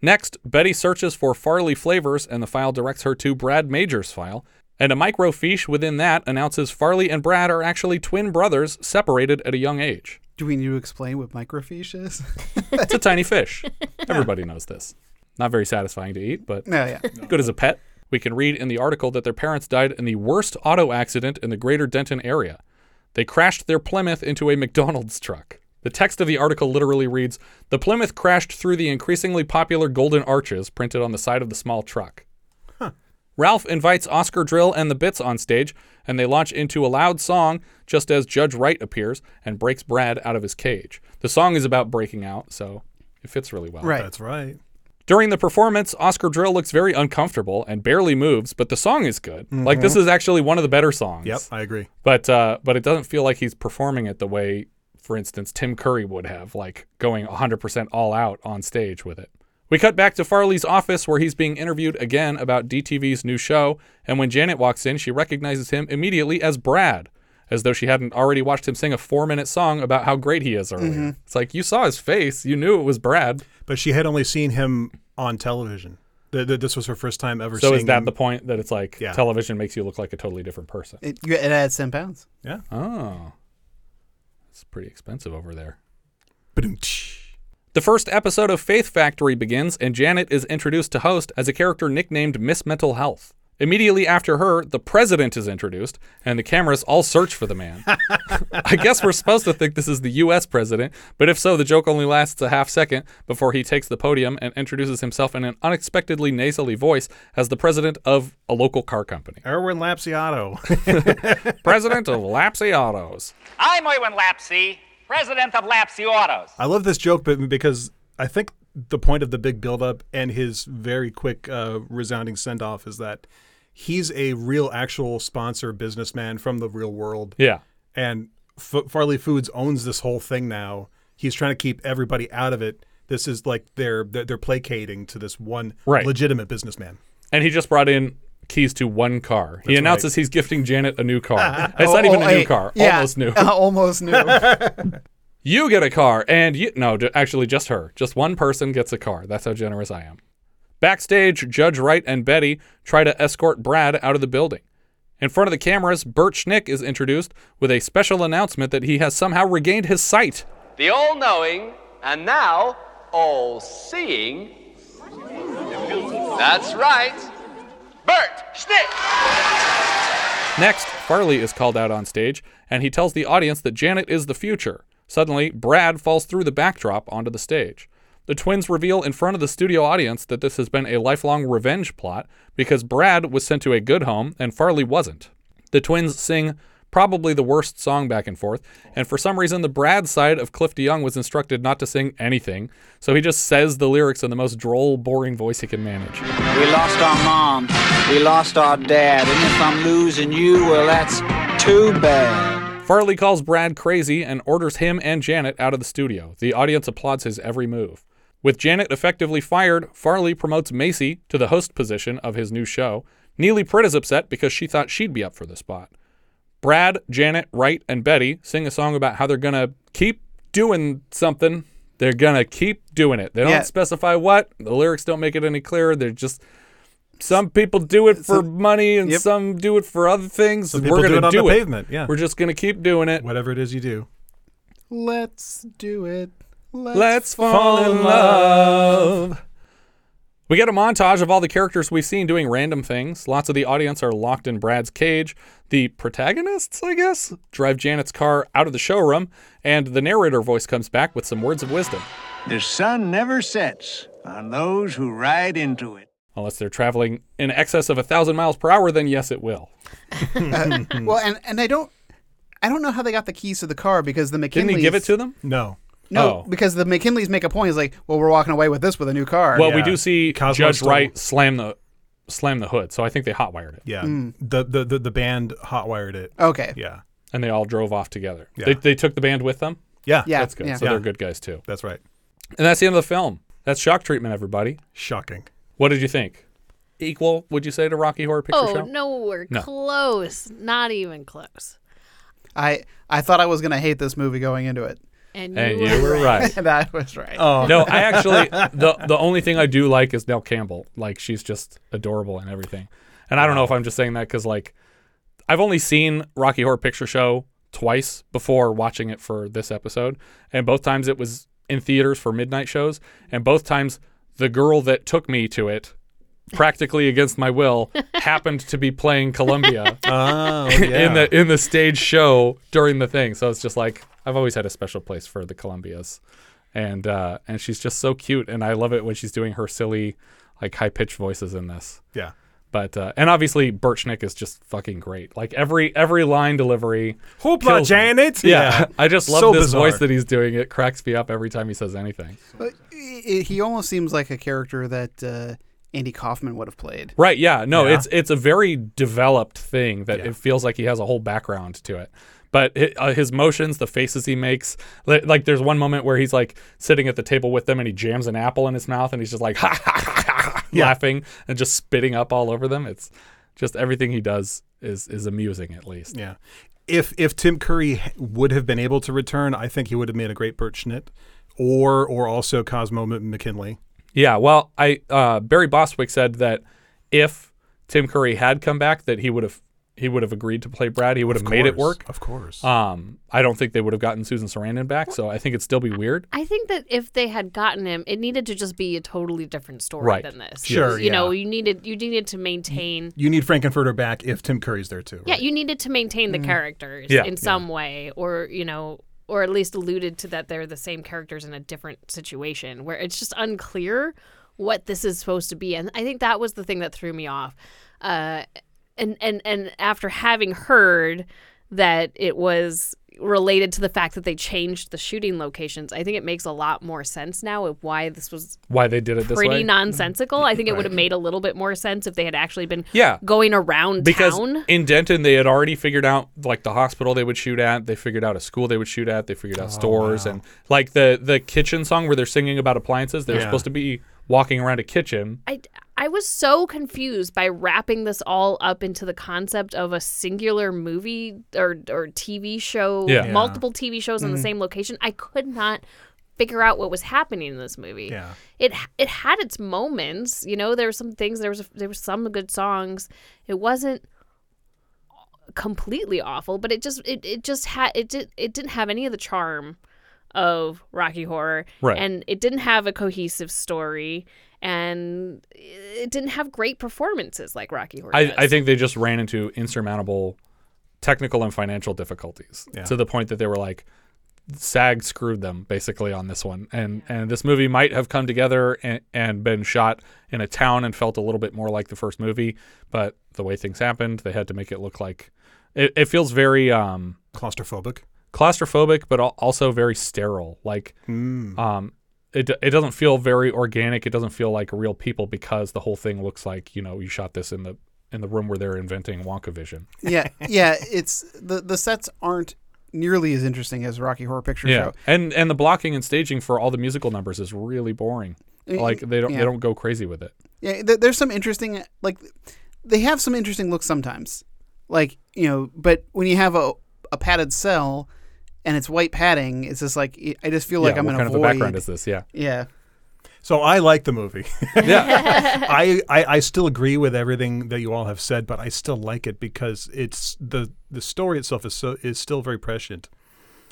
Next, Betty searches for Farley flavors, and the file directs her to Brad Major's file. And a microfiche within that announces Farley and Brad are actually twin brothers separated at a young age.
Do we need to explain what microfiche is?
It's a tiny fish. Everybody knows this. Not very satisfying to eat, but
No, yeah.
good as a pet. We can read in the article that their parents died in the worst auto accident in the greater Denton area. They crashed their Plymouth into a McDonald's truck. The text of the article literally reads The Plymouth crashed through the increasingly popular golden arches printed on the side of the small truck. Ralph invites Oscar Drill and the Bits on stage, and they launch into a loud song just as Judge Wright appears and breaks Brad out of his cage. The song is about breaking out, so it fits really well.
That's right.
During the performance, Oscar Drill looks very uncomfortable and barely moves, but the song is good. Like this
Mhm.
is actually one of the better songs.
Yep, I agree.
But uh, but it doesn't feel like he's performing it the way for instance, Tim Curry would have, like going 100% all out on stage with it. We cut back to Farley's office where he's being interviewed again about DTV's new show, and when Janet walks in, she recognizes him immediately as Brad, as though she hadn't already watched him sing a four minute song about how great he is earlier.
Mhm.
It's like, you saw his face, you knew it was Brad.
But she had only seen him on television. Th- th- this was her first time ever
So
seeing
is that
him.
the point that it's like
Yeah.
television makes you look like a totally different person?
It, you- it adds ten pounds.
Yeah.
Oh. It's pretty expensive over there. The first episode of Faith Factory begins, and Janet is introduced to host as a character nicknamed Miss Mental Health. Immediately after her, the president is introduced, and the cameras all search for the man. I guess we're supposed to think this is the U.S. president, but if so, the joke only lasts a half second before he takes the podium and introduces himself in an unexpectedly nasally voice as the president of a local car company.
Erwin Lapsiato.
president of Lapsey Autos.
I'm Erwin Lapsey, president of Lapsey Autos.
I love this joke, but because I think the point of the big buildup and his very quick, uh, resounding send off is that he's a real, actual sponsor businessman from the real world.
Yeah.
And F- Farley Foods owns this whole thing now. He's trying to keep everybody out of it. This is like they're they're, they're placating to this one
Right.
legitimate businessman.
And he just brought in keys to one car. he
That's
announces he's gifting Janet a new car. it's not even a
Oh,
new
hey,
car,
yeah, Oh.
almost new.
almost new.
You get a car, and you no, ju- actually, just her. Just one person gets a car. That's how generous I am. Backstage, Judge Wright and Betty try to escort Brad out of the building. In front of the cameras, Bert Schnick is introduced with a special announcement that he has somehow regained his sight.
The all knowing and now all seeing. That's right. Bert Schnick.
Next, Farley is called out on stage, and he tells the audience that Janet is the future. Suddenly, Brad falls through the backdrop onto the stage. The twins reveal in front of the studio audience that this has been a lifelong revenge plot because Brad was sent to a good home and Farley wasn't. The twins sing probably the worst song back and forth, and for some reason, the Brad side of Cliff DeYoung was instructed not to sing anything, so he just says the lyrics in the most droll, boring voice he can manage.
We lost our mom. We lost our dad. And if I'm losing you, well, that's too bad.
Farley calls Brad crazy and orders him and Janet out of the studio. The audience applauds his every move. With Janet effectively fired, Farley promotes Macy to the host position of his new show. Neely Pritt is upset because she thought she'd be up for the spot. Brad, Janet, Wright, and Betty sing a song about how they're going to keep doing something. They're going to keep doing it. They don't
Yeah.
specify what. The lyrics don't make it any clearer. They're just some people do it for money and some do it for other things.
Some
and we're
people do
going to
it on
do
the
it.
pavement, yeah.
We're just going to keep doing it.
Whatever it is you do.
Let's do it. Let's,
Let's fall in love. We get a montage of all the characters we've seen doing random things. Lots of the audience are locked in Brad's cage. The protagonists, I guess, drive Janet's car out of the showroom, and the narrator voice comes back with some words of wisdom.
The sun never sets on those who ride into it.
Unless they're traveling in excess of a thousand miles per hour, then yes, it will.
Uh, well, and and I don't, I don't know how they got the keys to the car because the McKinleys
Didn't he give it to them?
No.
No,
Oh.
because the McKinleys make a point. It's like, well, we're walking away with this with a new car.
Well, we do see
Cosmo
Judge
stole-
Wright slam the slam the hood, so I think they hotwired it.
Yeah. The, the the the band hotwired it.
Okay.
Hmm. Yeah.
And they all drove off together.
Yeah.
They, they took the band with them.
Yeah. Yeah,
that's good.
yeah.
So
Yeah.
they're good guys too.
That's right.
And that's the end of the film. That's shock treatment, everybody.
Shocking.
What did you think? Equal, would you say, to Rocky Horror Picture
oh,
Show?
no, we're
No.
close. Not even close.
I I thought I was gonna hate this movie going into it.
And
And you were right.
that was right.
Oh,
no, I actually the the only thing I do like is Nell Campbell. Like she's just adorable and everything. And I don't know if I'm just saying that because like I've only seen Rocky Horror Picture Show twice before watching it for this episode, and both times it was in theaters for midnight shows, and both times the girl that took me to it. Practically against my will, happened to be playing Columbia
Oh,
in
yeah.
the in the stage show during the thing. So it's just like I've always had a special place for the Columbias, and uh, and she's just so cute, and I love it when she's doing her silly, like high pitched voices in this.
Yeah.
But uh, and obviously Birchnick is just fucking great. Like every every line delivery.
Hoopla,
kills me.
Janet!
Yeah,
Yeah.
I just love
So
this
bizarre.
voice that he's doing. It cracks me up every time he says anything.
But i- i- he almost seems like a character that uh, Andy Kaufman would have played.
Right. Yeah. No.
Yeah.
It's it's a very developed thing that it feels like he has a whole background to it. But hi- uh, his motions, the faces he makes, li- like there's one moment where he's like sitting at the table with them and he jams an apple in his mouth and he's just like ha ha ha, ha laughing and just spitting up all over them. It's just everything he does is is amusing at least.
Yeah. If if Tim Curry h- would have been able to return, I think he would have made a great Bert Schnitt, or or also Cosmo M- McKinley.
Yeah, well, I uh, Barry Bostwick said that if Tim Curry had come back, that he would have he would have agreed to play Brad. He would
Of
have made it
course,
work.
of course.
Um, I don't think they would have gotten Susan Sarandon back, so I think it'd still be weird.
I think that if they had gotten him, it needed to just be a totally different story
Right.
than this.
Sure,
you know, you needed you needed to maintain.
You need Frankenfurter back if Tim Curry's there too.
Yeah, you needed to maintain the
Mm.
characters
Yeah.
in
Yeah.
some way, or you know, or at least alluded to that they're the same characters in a different situation, where it's just unclear what this is supposed to be. And I think that was the thing that threw me off. Uh, and and and after having heard that it was related to the fact that they changed the shooting locations, I think it makes a lot more sense now of why this was
Why they did it this
pretty
way? Mm-hmm.
nonsensical. I think it would have
Right.
made a little bit more sense if they had actually been
Yeah.
going around
because
town.
in Denton they had already figured out like the hospital they would shoot at, they figured out a school they would shoot at, they figured out stores and like the the kitchen song where they're singing about appliances. They're
Yeah.
supposed to be walking around a kitchen.
I, I was so confused by wrapping this all up into the concept of a singular movie or, or TV show,
Yeah. Yeah.
multiple TV shows on the
Mhm.
same location. I could not figure out what was happening in this movie.
Yeah.
It it had its moments, you know, there were some things, there was there were some good songs. It wasn't completely awful, but it just it, it just had it did it didn't have any of the charm of Rocky Horror.
Right.
And it didn't have a cohesive story and it didn't have great performances like Rocky Horror.
I,
does.
I think they just ran into insurmountable technical and financial difficulties
Yeah.
to the point that they were like, SAG screwed them basically on this one, and and this movie might have come together and, and been shot in a town and felt a little bit more like the first movie, but the way things happened, they had to make it look like it, it feels very um,
claustrophobic,
claustrophobic, but al- also very sterile. Like,
Mm.
um, it it doesn't feel very organic. It doesn't feel like real people because the whole thing looks like you know you shot this in the in the room where they're inventing Wonka Vision.
yeah, yeah. It's the the sets aren't nearly as interesting as Rocky Horror Picture
yeah,
Show.
and and the blocking and staging for all the musical numbers is really boring.
Uh,
Like they don't
yeah.
they don't go crazy with it.
Yeah, there, there's some interesting like they have some interesting looks sometimes. Like you know, but when you have a a padded cell and it's white padding, it's just like I just feel like
Yeah,
I'm
what
in
kind
a
of
void.
a background is this? Yeah.
Yeah.
So I like the movie.
Yeah.
I, I, I still agree with everything that you all have said, but I still like it because it's the the story itself is so is still very prescient.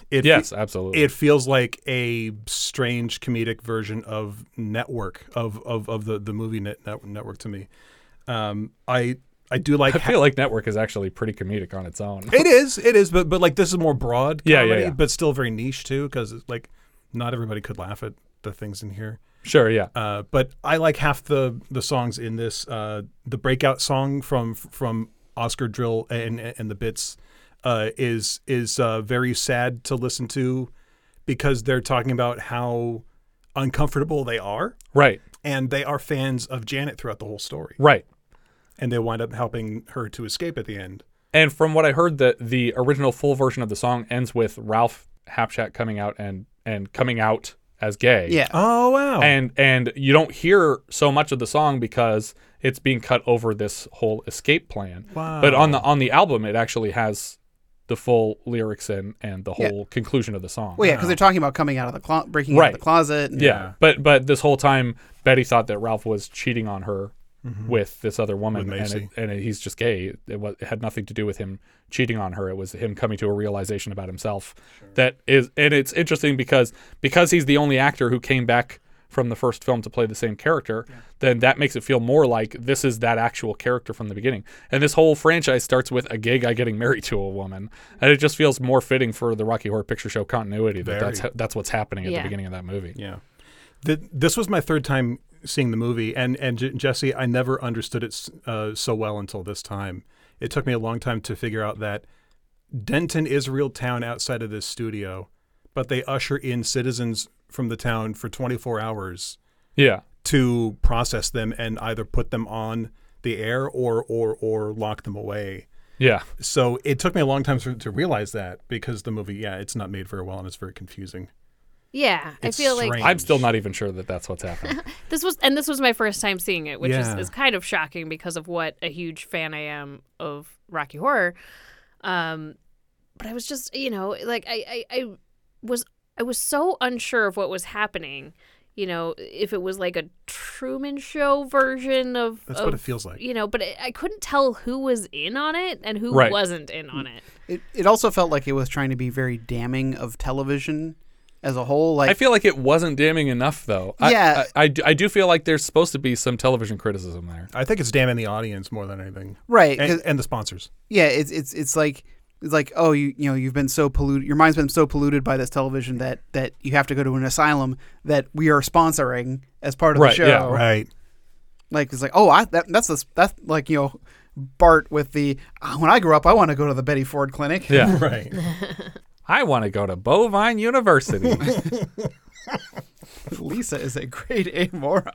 It,
Yes, absolutely.
It feels like a strange comedic version of Network of of, of the the movie net, Net- Network to me. Um, I I do like.
I feel like Network is actually pretty comedic on its own.
It is. It is. But but like this is more broad.
Yeah, yeah,
comedy,
yeah.
But still very niche too, because like not everybody could laugh at the things in here.
Sure. Yeah.
Uh, but I like half the the songs in this. Uh, the breakout song from from Oscar Drill and and the bits uh, is is uh, very sad to listen to because they're talking about how uncomfortable they are.
Right.
And they are fans of Janet throughout the whole story.
Right.
And they wind up helping her to escape at the end.
And from what I heard, the the original full version of the song ends with Ralph Hapshack coming out and and coming out as gay.
Yeah. Oh, wow.
And and you don't hear so much of the song because it's being cut over this whole escape plan.
Wow.
But on the on the album, it actually has the full lyrics and and the
Yeah.
whole conclusion of the song.
Well, yeah, because they're talking about coming out of the clo- breaking out
right
of the closet. and-
Yeah. but but this whole time, Betty thought that Ralph was cheating on her.
Mhm.
With this other woman,
With
and,
Macy.
it, and it- he's just gay. It, wa- it had nothing to do with him cheating on her. It was him coming to a realization about himself. That is, and it's interesting because because he's the only actor who came back from the first film to play the same character. Then that makes it feel more like this is that actual character from the beginning. And this whole franchise starts with a gay guy getting married to a woman, and it just feels more fitting for the Rocky Horror Picture Show continuity that that's
Very.
that's what's happening at
Yeah.
the beginning of that movie.
Yeah. Th this was my third time seeing the movie, and and J- Jesse, I never understood it s- uh, so well until this time. It took me a long time to figure out that Denton is a real town outside of this studio, but they usher in citizens from the town for 24 hours.
Yeah.
To process them and either put them on the air or or or lock them away.
Yeah.
So it took me a long time to, to realize that because the movie, yeah, it's not made very well and it's very confusing.
Yeah,
It's
I feel like
I'm still not even sure that that's what's happening.
this was and this was my first time seeing it, which
Yeah.
is, is kind of shocking because of what a huge fan I am of Rocky Horror. Um, but I was just, you know, like I, I, I was I was so unsure of what was happening. You know, if it was like a Truman Show version of
That's what
of-
it feels like.
You know, but I, I couldn't tell who was in on it and who
Right.
wasn't in on it.
It, it also felt like it was trying to be very damning of television as a whole. Like
I feel like it wasn't damning enough, though. I-
Yeah.
I, I do- I do feel like there's supposed to be some television criticism there.
I think it's damning the audience more than anything.
Right,
And,
'cause-
and the sponsors.
yeah, it's it's it's like it's like oh you you know you've been so polluted your mind's been so polluted by this television that that you have to go to an asylum that we are sponsoring as part of
Right,
the show.
yeah, right.
Like it's like oh I that, that's this that's like you know Bart with the "Ah, when I grow up I want to go to the Betty Ford clinic.
Yeah. Right. I want to go to Bovine University.
Lisa is a great A moron.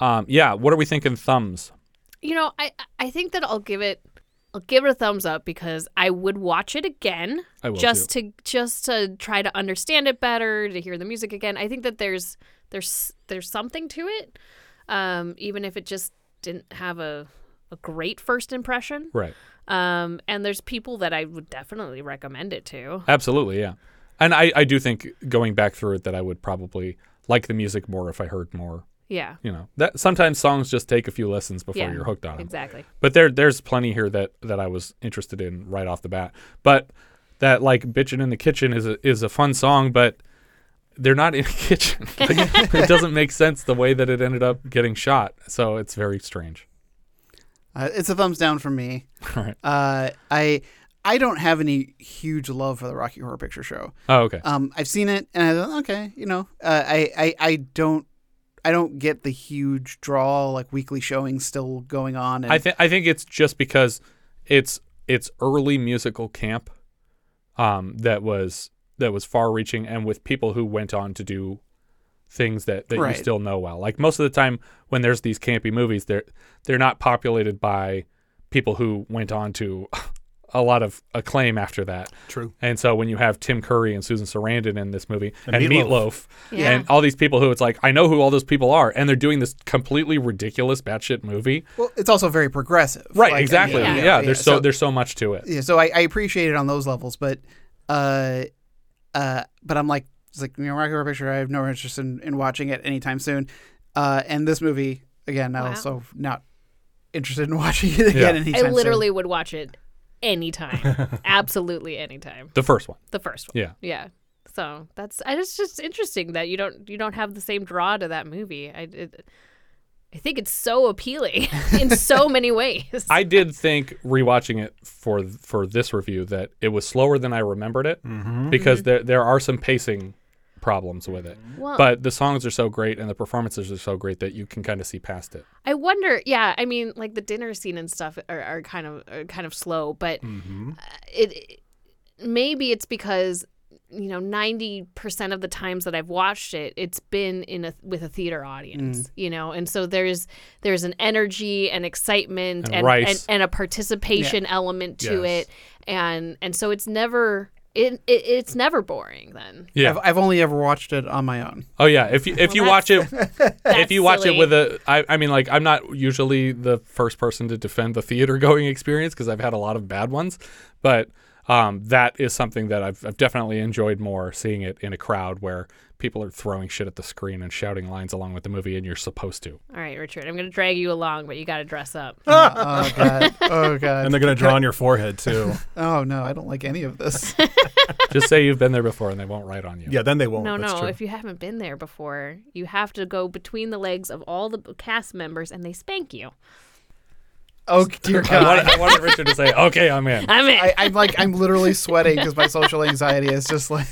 um, yeah. What are we thinking? Thumbs.
You know, I I think that I'll give it I'll give it a thumbs up because I would watch it again
I will
just to just to try to understand it better, to hear the music again. I think that there's there's there's something to it. Um even if it just didn't have a a great first impression.
Right.
Um and there's people that I would definitely recommend it to.
Absolutely. Yeah. And I, I do think going back through it that I would probably like the music more if I heard more.
Yeah.
You know that sometimes songs just take a few listens before
Yeah,
you're hooked on them.
exactly.
But there there's plenty here that that I was interested in right off the bat. But that like bitching in the kitchen is a, is a fun song, but they're not in a kitchen. Like, it doesn't make sense the way that it ended up getting shot. So it's very strange.
Uh, it's a thumbs down from me.
All right.
Uh, I I don't have any huge love for the Rocky Horror Picture Show.
Oh, okay.
Um, I've seen it and I thought, okay, you know, uh, I, I I don't I don't get the huge draw like weekly showings still going on. And
I think I think it's just because it's it's early musical camp um, that was that was far reaching and with people who went on to do things that, that
Right.
you still know well. Like most of the time when there's these campy movies, they're they're not populated by people who went on to a lot of acclaim after that.
True.
And so when you have Tim Curry and Susan Sarandon in this movie
And
and,
Meatloaf.
Meatloaf,
Yeah.
and all these people who it's like, I know who all those people are and they're doing this completely ridiculous batshit movie.
well, it's also very progressive.
Right,
Like, I
exactly.
mean,
Yeah, there's so, there's so much to it.
yeah, so I, I appreciate it on those levels, but uh, uh, but I'm like, it's like you know, Rocky Horror Picture. I have no interest in, in watching it anytime soon. Uh, and this movie again, I
Wow.
also not interested in watching it again anytime
I
soon.
literally would watch it anytime. Absolutely anytime.
The first one.
The first one.
Yeah.
Yeah. So that's I it's just interesting that you don't you don't have the same draw to that movie. I it, I think it's so appealing in so many ways.
I did think rewatching it for for this review that it was slower than I remembered it
Mhm.
because
Mhm.
there there are some pacing problems with it.
Well-
but the songs are so great and the performances are so great that you can kind of see past it.
I wonder, yeah, I mean like the dinner scene and stuff are, are kind of are kind of slow, but
Mhm.
it, it- maybe it's because you know 90% of the times that I've watched it it's been in a with a theater audience
Mm.
you know and so there's there's an energy and excitement
And
and and,
rice.
and, a participation
Yeah.
element to
Yes.
it and and so it's never it, it it's never boring then
Yeah.
I've, I've only ever watched it on my own.
Oh yeah, if you if you watch it if you watch
silly.
it with a I I mean like I'm not usually the first person to defend the theater going experience because I've had a lot of bad ones, but um, that is something that I've, I've definitely enjoyed more seeing it in a crowd where people are throwing shit at the screen and shouting lines along with the movie and you're supposed to.
all right richard i'm going to drag you along but you got to dress up
Ah!
oh god. Oh god.
And they're going to draw on your forehead, too.
Oh no, I don't like any of this.
Just say you've been there before and they won't write on you.
Yeah, then they won't.
no, no. If you haven't been there before, you have to go between the legs of all the b- cast members, and they shank you.
Oh dear
I
god.
wanted, I wanted Richard to say, "Okay, I'm in."
I'm in.
I, am like I'm literally sweating because my social anxiety is just like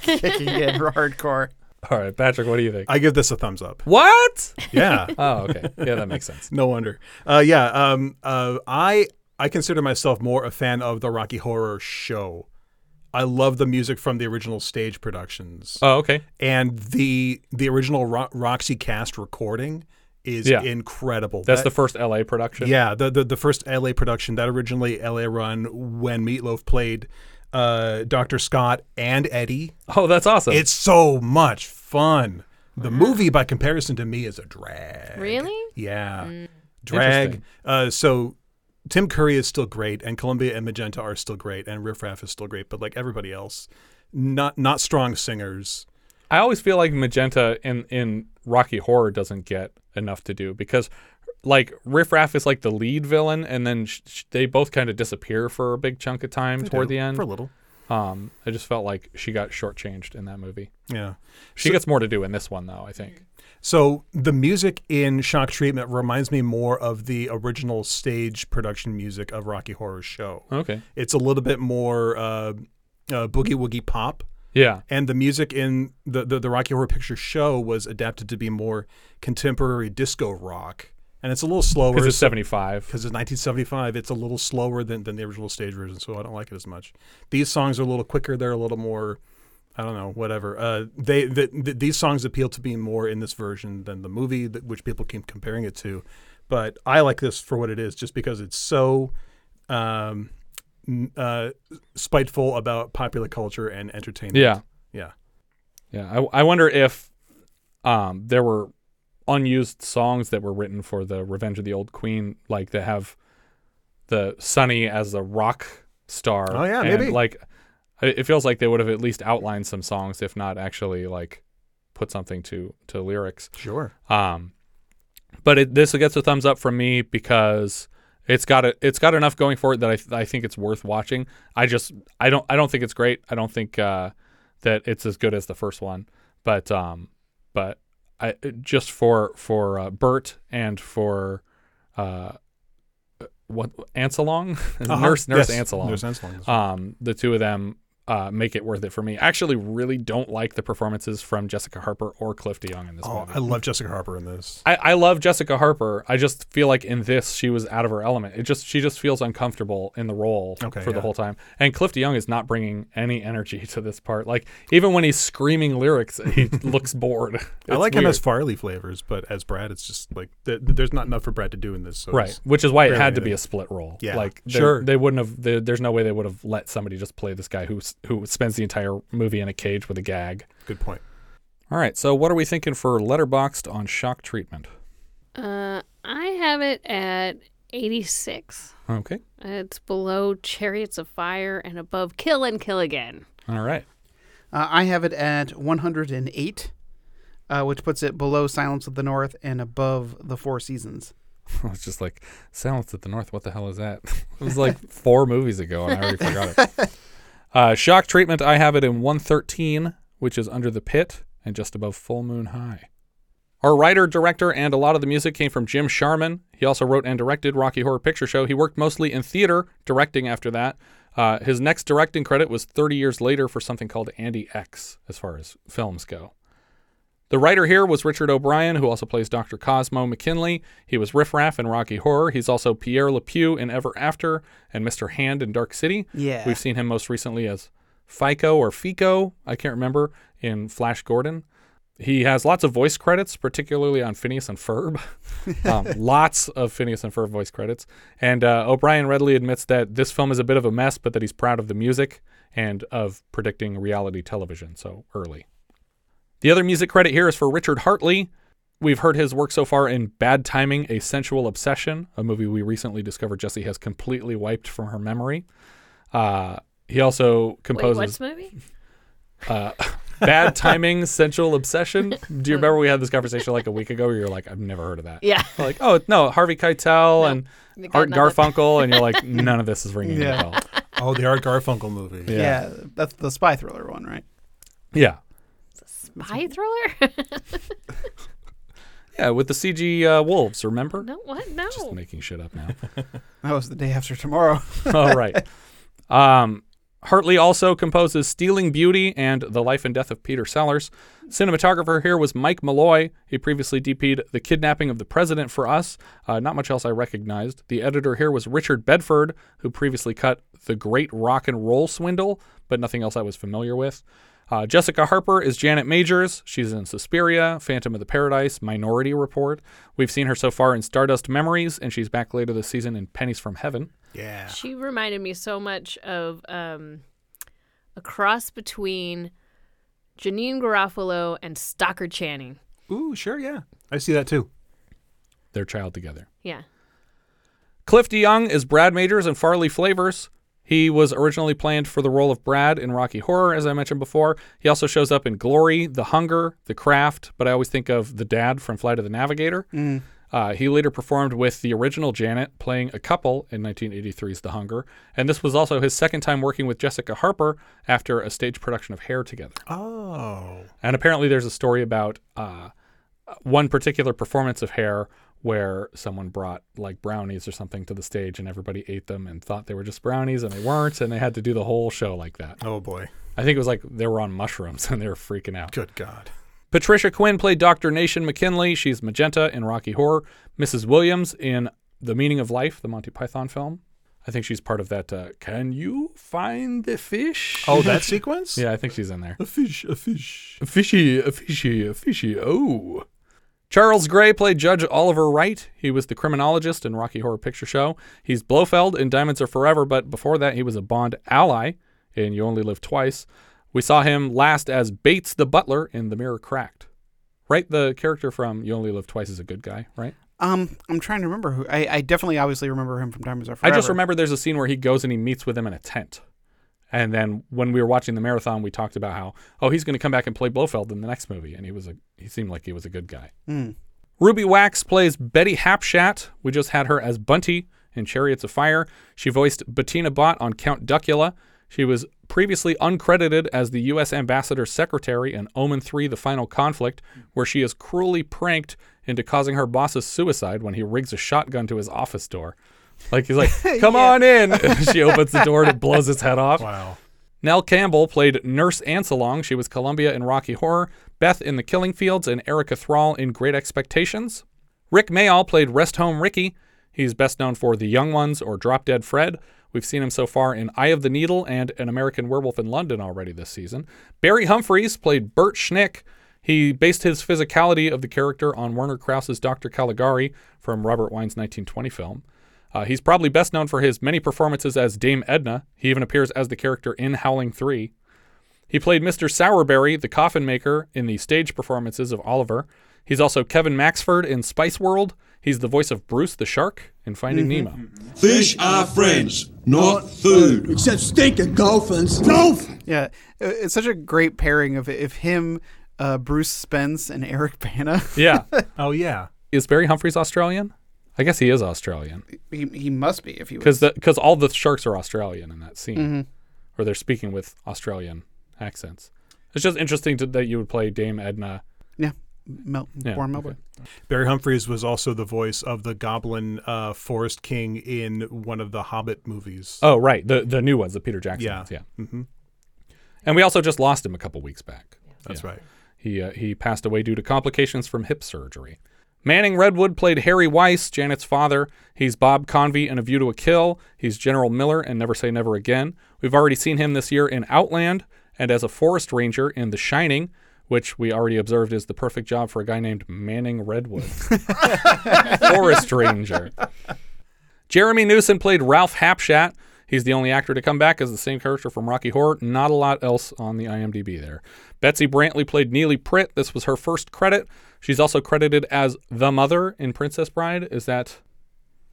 kicking in hardcore.
All right, Patrick, what do you think?
I give this a thumbs up.
What?
Yeah.
oh, okay. Yeah, that makes sense.
no wonder. Uh, yeah. Um, uh, I I consider myself more a fan of the Rocky Horror Show. I love the music from the original stage productions.
Oh, okay.
And the the original Ro- Roxy cast recording is
Yeah.
incredible.
That's
That-
the first LA production.
Yeah, the, the the first LA production that originally LA run when Meatloaf played uh, Dr. Scott and Eddie.
Oh, that's awesome!
It's so much fun. The movie, by comparison to me, is a drag.
Really?
Yeah,
Mm.
drag.
Interesting.
Uh, so Tim Curry is still great, and Columbia and Magenta are still great, and Riff Raff is still great, but like everybody else, not not strong singers.
I always feel like Magenta in in Rocky Horror doesn't get enough to do because like Riff Raff is like the lead villain and then sh- sh- they both kind of disappear for a big chunk of time
They
toward
do,
the end
for a little.
Um, I just felt like she got shortchanged in that movie.
Yeah.
she
So-
gets more to do in this one though. I think.
So the music in Shock Treatment reminds me more of the original stage production music of Rocky Horror Show.
Okay.
it's a little bit more uh, uh, boogie woogie pop.
Yeah.
and the music in the, the the Rocky Horror Picture Show was adapted to be more contemporary disco rock, and it's a little slower
'Cause it's 75.
Because it's 1975, it's a little slower than than the original stage version, so I don't like it as much. These songs are a little quicker; they're a little more. I don't know, whatever. Uh, they th th these songs appeal to me more in this version than the movie, that, which people keep comparing it to. But I like this for what it is, just because it's so um, n- uh, spiteful about popular culture and entertainment.
Yeah.
yeah.
Yeah, I, I wonder if um, there were unused songs that were written for the Revenge of the Old Queen, like that have the Sonny as a rock star.
Oh, yeah,
and,
maybe.
Like, it it feels like they would have at least outlined some songs, if not actually like put something to to lyrics.
Sure.
Um, but it, this gets a thumbs up from me because it's got a, it's got enough going for it that I, I think it's worth watching. I just I don't I don't think it's great. I don't think uh, that it's as good as the first one. But um, but I just for for uh, Bert and for uh, what Anselong
Uh-huh.
nurse nurse
Yes, Uh,
Anselong
Nurse Anselong, that's
um, the two of them uh, make it worth it for me. I actually really don't like the performances from Jessica Harper or Cliff DeYoung in this
Oh,
movie.
I love Jessica Harper in this.
I, I love Jessica Harper. I just feel like in this she was out of her element. It just she just feels uncomfortable in the role
Okay,
for the
yeah.
whole time. And Cliff DeYoung is not bringing any energy to this part. Like even when he's screaming lyrics, he looks bored.
I
It's
like him
weird.
as Farley flavors, but as Brad, it's just like th- th- there's not enough for Brad to do in this. So
right,
it's
which is why it had
barely
to be a
anything.
split role.
Yeah,
like they-
sure.
they wouldn't have. They, there's no way they would have let somebody just play this guy who s- who spends the entire movie in a cage with a gag.
Good point.
All right, so what are we thinking for letterboxed on shock treatment?
Uh, I have it at 86.
Okay,
It's below Chariots of Fire and above Kill and Kill Again.
all right.
Uh, I have it at 108, uh, which puts it below Silence of the North and above The Four Seasons.
I was just like, Silence at the North, what the hell is that? It was like four movies ago and I already forgot it. Uh, shock treatment, I have it in 113, which is under the pit and just above full moon high. Our writer, director, and a lot of the music came from Jim Sharman. He also wrote and directed Rocky Horror Picture Show. He worked mostly in theater, directing after that. Uh, his next directing credit was 30 years later for something called Andy X, as far as films go. The writer here was Richard O'Brien, who also plays Dr. Cosmo McKinley. He was Riff Raff in Rocky Horror. He's also Pierre Lepew in Ever After and Mr. Hand in Dark City.
Yeah.
We've seen him most recently as Fico or Fico, I can't remember, in Flash Gordon. He has lots of voice credits, particularly on Phineas and Ferb. um, lots of Phineas and Ferb voice credits. And uh, O'Brien readily admits that this film is a bit of a mess, but that he's proud of the music and of predicting reality television so early. The other music credit here is for Richard Hartley. We've heard his work so far in Bad Timing, A Sensual Obsession, a movie we recently discovered Jesse has completely wiped from her memory. Uh, he also composes
Wait, what's movie?
uh, Bad Timing, Sensual Obsession. Do you remember we had this conversation like a week ago where you're like, I've never heard of that?
Yeah.
Like, oh, no, Harvey Keitel and
we got
Art
nothing.
Garfunkel, and you're like, none of this is ringing
Yeah.
a bell.
Oh, the Art Garfunkel movie.
Yeah.
yeah, that's the spy thriller one, right?
Yeah.
Spy thriller?
Yeah, with the CG uh, wolves, remember?
no, what? No.
Just making shit up now.
That was the day after tomorrow.
All right. Um, Hartley also composes Stealing Beauty and The Life and Death of Peter Sellers. Cinematographer here was Mike Malloy. He previously DP'd The Kidnapping of the President for Us. Uh, not much else I recognized. The editor here was Richard Bedford, who previously cut The Great Rock and Roll Swindle, but nothing else I was familiar with. Uh, Jessica Harper is Janet Majors. She's in Suspiria, Phantom of the Paradise, Minority Report. We've seen her so far in Stardust Memories, and she's back later this season in Pennies from Heaven.
Yeah.
She reminded me so much of um, a cross between Janine Garofalo and Stockard Channing.
Ooh, sure, yeah. I see that too.
Their child together.
Yeah.
Cliff DeYoung is Brad Majors in Farley Flavors. He was originally planned for the role of Brad in Rocky Horror, as I mentioned before. He also shows up in Glory, The Hunger, The Craft, but I always think of the dad from Flight of the Navigator.
Mm.
Uh, he later performed with the original Janet, playing a couple in 1983's The Hunger. And this was also his second time working with Jessica Harper after a stage production of Hair together.
Oh.
And apparently, there's a story about uh, one particular performance of Hair where someone brought like brownies or something to the stage and everybody ate them and thought they were just brownies and they weren't. And they had to do the whole show like that.
Oh, boy.
I think it was like they were on mushrooms and they were freaking out.
Good God.
Patricia Quinn played Dr. Nation McKinley. She's Magenta in Rocky Horror. Mrs. Williams in The Meaning of Life, the Monty Python film. I think she's part of that. Uh, Can you find the fish?
Oh, that sequence?
Yeah, I think she's in there.
A fish, a fish.
A fishy, a fishy, a fishy. Oh. Charles Gray played Judge Oliver Wright. He was the criminologist in Rocky Horror Picture Show. He's Blofeld in Diamonds Are Forever, but before that, he was a Bond ally in You Only Live Twice. We saw him last as Bates the Butler in The Mirror Cracked. Right? The character from You Only Live Twice is a good guy, right?
Um, I'm trying to remember who. I, I definitely obviously remember him from Diamonds Are Forever.
I just remember there's a scene where he goes and he meets with him in a tent. And then when we were watching the marathon, we talked about how, oh, he's going to come back and play Blofeld in the next movie. And he was a, he seemed like he was a good guy.
Mm.
Ruby Wax plays Betty Hapshat. We just had her as Bunty in Chariots of Fire. She voiced Bettina Bott on Count Duckula. She was previously uncredited as the U.S. Ambassador's secretary in Omen 3 The Final Conflict, where she is cruelly pranked into causing her boss's suicide when he rigs a shotgun to his office door. Like he's like, "Come on in." she opens the door and it blows its head off.
Wow.
Nell Campbell played Nurse Anselong. She was Columbia in Rocky Horror, Beth in The Killing Fields, and Erica Thrall in Great Expectations. Rick Mayall played Rest Home Ricky. He's best known for The Young Ones or Drop Dead Fred. We've seen him so far in Eye of the Needle and An American Werewolf in London already this season. Barry Humphries played Bert Schnick. He based his physicality of the character on Werner Krause's Dr. Caligari from Robert Wine's 1920 film. Uh, he's probably best known for his many performances as Dame Edna. He even appears as the character in Howling 3. He played Mr. Sourberry, the coffin maker, in the stage performances of Oliver. He's also Kevin Maxford in Spice World. He's the voice of Bruce the shark in Finding Nemo.
Fish are friends, not food. Except stinking dolphins. Dolphins!
Yeah, i- it's such a great pairing of if him, uh, Bruce Spence, and Eric Bana.
Yeah.
oh yeah.
Is Barry Humphries Australian? I guess he is Australian
he, he must be if he was.
because because all the sharks are Australian in that scene,
Mhm.
or they're speaking with Australian accents. It's just interesting to, that you would play Dame Edna.
yeah, Mel-
Yeah,
born Melbourne.
Barry Humphries was also the voice of the Goblin uh, Forest King in one of the Hobbit movies.
Oh right, the the new ones, the Peter Jackson
Yeah.
ones, yeah.
Mhm.
And we also just lost him a couple weeks back.
That's right.
He uh, he passed away due to complications from hip surgery. Manning Redwood played Harry Weiss, Janet's father. He's Bob Convey in A View to a Kill. He's General Miller in Never Say Never Again. We've already seen him this year in Outland and as a forest ranger in The Shining, which we already observed is the perfect job for a guy named Manning Redwood. forest ranger. Jeremy Newsom played Ralph Hapshat. He's the only actor to come back as the same character from Rocky Horror. Not a lot else on the IMDb there. Betsy Brantley played Neely Pritt. This was her first credit. She's also credited as the mother in Princess Bride. Is that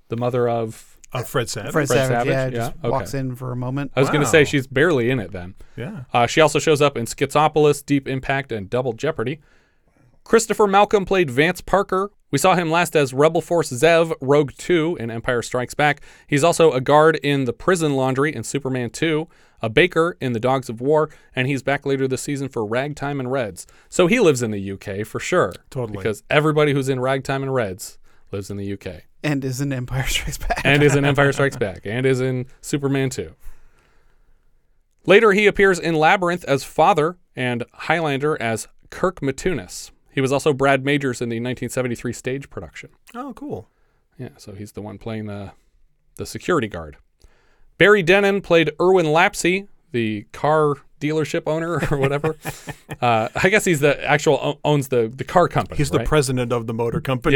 the mother of
Uh, Fred Savage.
Fred, Savage, yeah,
Yeah,
just
okay. Oh.
walks in for a moment.
I was going to say she's barely in it then.
Yeah.
Uh, she also shows up in Schizopolis, Deep Impact, and Double Jeopardy. Christopher Malcolm played Vance Parker. We saw him last as Rebel Force Zev, Rogue 2 in Empire Strikes Back. He's also a guard in The Prison Laundry in Superman 2, a baker in The Dogs of War, and he's back later this season for Ragtime and Reds. So he lives in the UK for sure.
Totally.
Because everybody who's in Ragtime and Reds lives in the UK
and is in Empire Strikes Back.
and is in Empire Strikes Back, and is in Superman 2. Later, he appears in Labyrinth as Father and Highlander as Kirk Matunis. He was also Brad Majors in the 1973 stage production.
Oh, cool.
Yeah, so he's the one playing the, the security guard. Barry Denon played Erwin Lapsey, the car dealership owner or whatever. uh, I guess he's the actual o- owns the the car company.
He's the
right?
president of the motor company.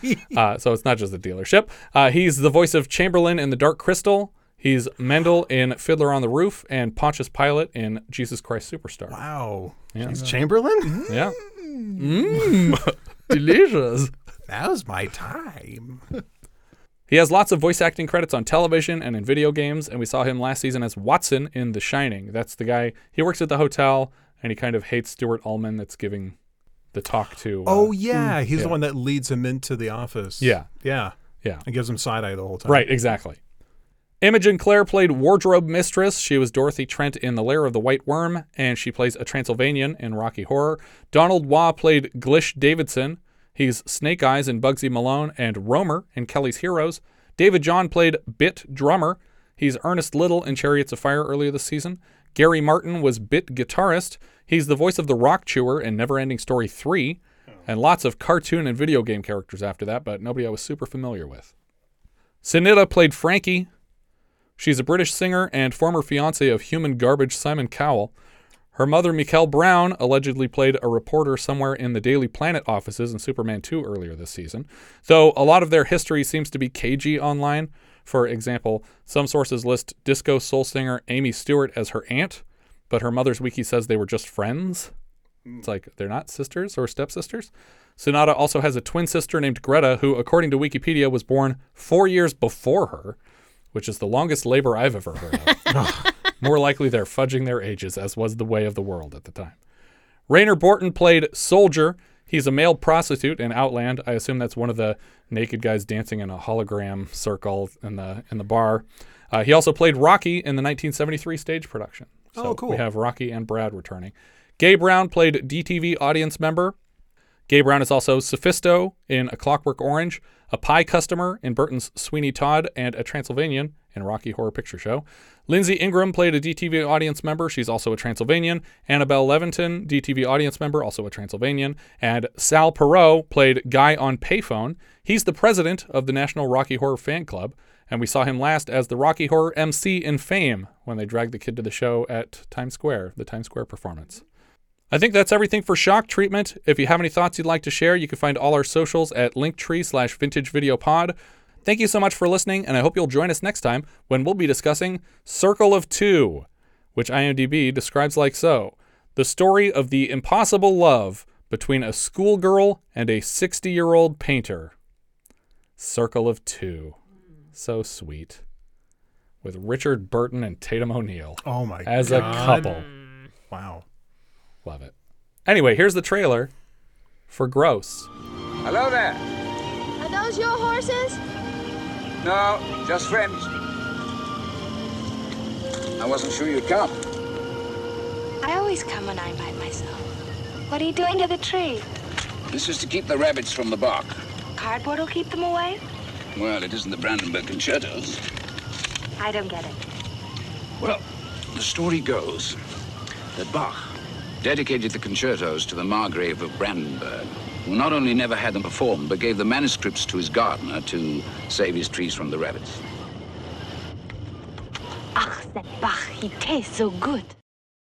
Yeah. uh, so it's not just the dealership. Uh, he's the voice of Chamberlain in The Dark Crystal. He's Mendel in Fiddler on the Roof and Pontius Pilate in Jesus Christ Superstar.
Wow.
Yeah.
He's Chamberlain?
Yeah.
Mm.
Mmm. Delicious.
That was my time.
He has lots of voice acting credits on television and in video games, and we saw him last season as Watson in The Shining. That's the guy. He works at the hotel, and he kind of hates Stuart Allman that's giving the talk to. uh,
Oh yeah, he's
yeah.
the one that leads him into the office.
Yeah.
yeah,
Yeah.
And gives him side eye the whole time.
Right, exactly. Imogen Clare played Wardrobe Mistress. She was Dorothy Trent in The Lair of the White Worm, and she plays a Transylvanian in Rocky Horror. Donald Waugh played Glish Davidson. He's Snake Eyes in Bugsy Malone and Romer in Kelly's Heroes. David John played Bit Drummer. He's Ernest Little in Chariots of Fire earlier this season. Gary Martin was Bit Guitarist. He's the voice of the Rock Chewer in Neverending Story 3, and lots of cartoon and video game characters after that, but nobody I was super familiar with. Sinita played Frankie. She's a British singer and former fiance of human garbage Simon Cowell. Her mother, Mikkel Brown, allegedly played a reporter somewhere in the Daily Planet offices in Superman 2 earlier this season, though a lot of their history seems to be cagey online. For example, some sources list disco soul singer Amy Stewart as her aunt, but her mother's wiki says they were just friends. It's like they're not sisters or stepsisters. Sonata also has a twin sister named Greta, who, according to Wikipedia, was born four years before her, which is the longest labor I've ever heard of. More likely they're fudging their ages, as was the way of the world at the time. Rainer Borton played Soldier. He's a male prostitute in Outland. I assume that's one of the naked guys dancing in a hologram circle in the in the bar. Uh, he also played Rocky in the 1973 stage production. So
Oh, cool.
We have Rocky and Brad returning. Gay Brown played DTV audience member. Gay Brown is also Sophisto in A Clockwork Orange, a pie customer in Burton's Sweeney Todd, and a Transylvanian in Rocky Horror Picture Show. Lindsay Ingram played a DTV audience member. She's also a Transylvanian. Annabelle Leventon, DTV audience member, also a Transylvanian. And Sal Perot played Guy on Payphone. He's the president of the National Rocky Horror Fan Club. And we saw him last as the Rocky Horror MC in Fame when they dragged the kid to the show at Times Square, the Times Square performance. I think that's everything for shock treatment. If you have any thoughts you'd like to share, you can find all our socials at linktree slash vintage video pod. Thank you so much for listening, and I hope you'll join us next time when we'll be discussing Circle of Two, which IMDb describes like so the story of the impossible love between a schoolgirl and a 60 year old painter. Circle of Two. So sweet. With Richard Burton and Tatum O'Neill.
Oh my
As
god.
a couple.
Wow.
Love it. Anyway, here's the trailer for Gross.
Hello there.
Are those your horses?
No, just friends. I wasn't sure you'd come.
I always come when I'm by myself. What are you doing to the tree?
This is to keep the rabbits from the bark.
Cardboard will keep them away?
Well, it isn't the Brandenburg concertos.
I don't get it.
Well, the story goes that Bach dedicated the concertos to the Margrave of Brandenburg, who not only never had them performed, but gave the manuscripts to his gardener to save his trees from the rabbits.
Ach, that Bach, he tastes so good.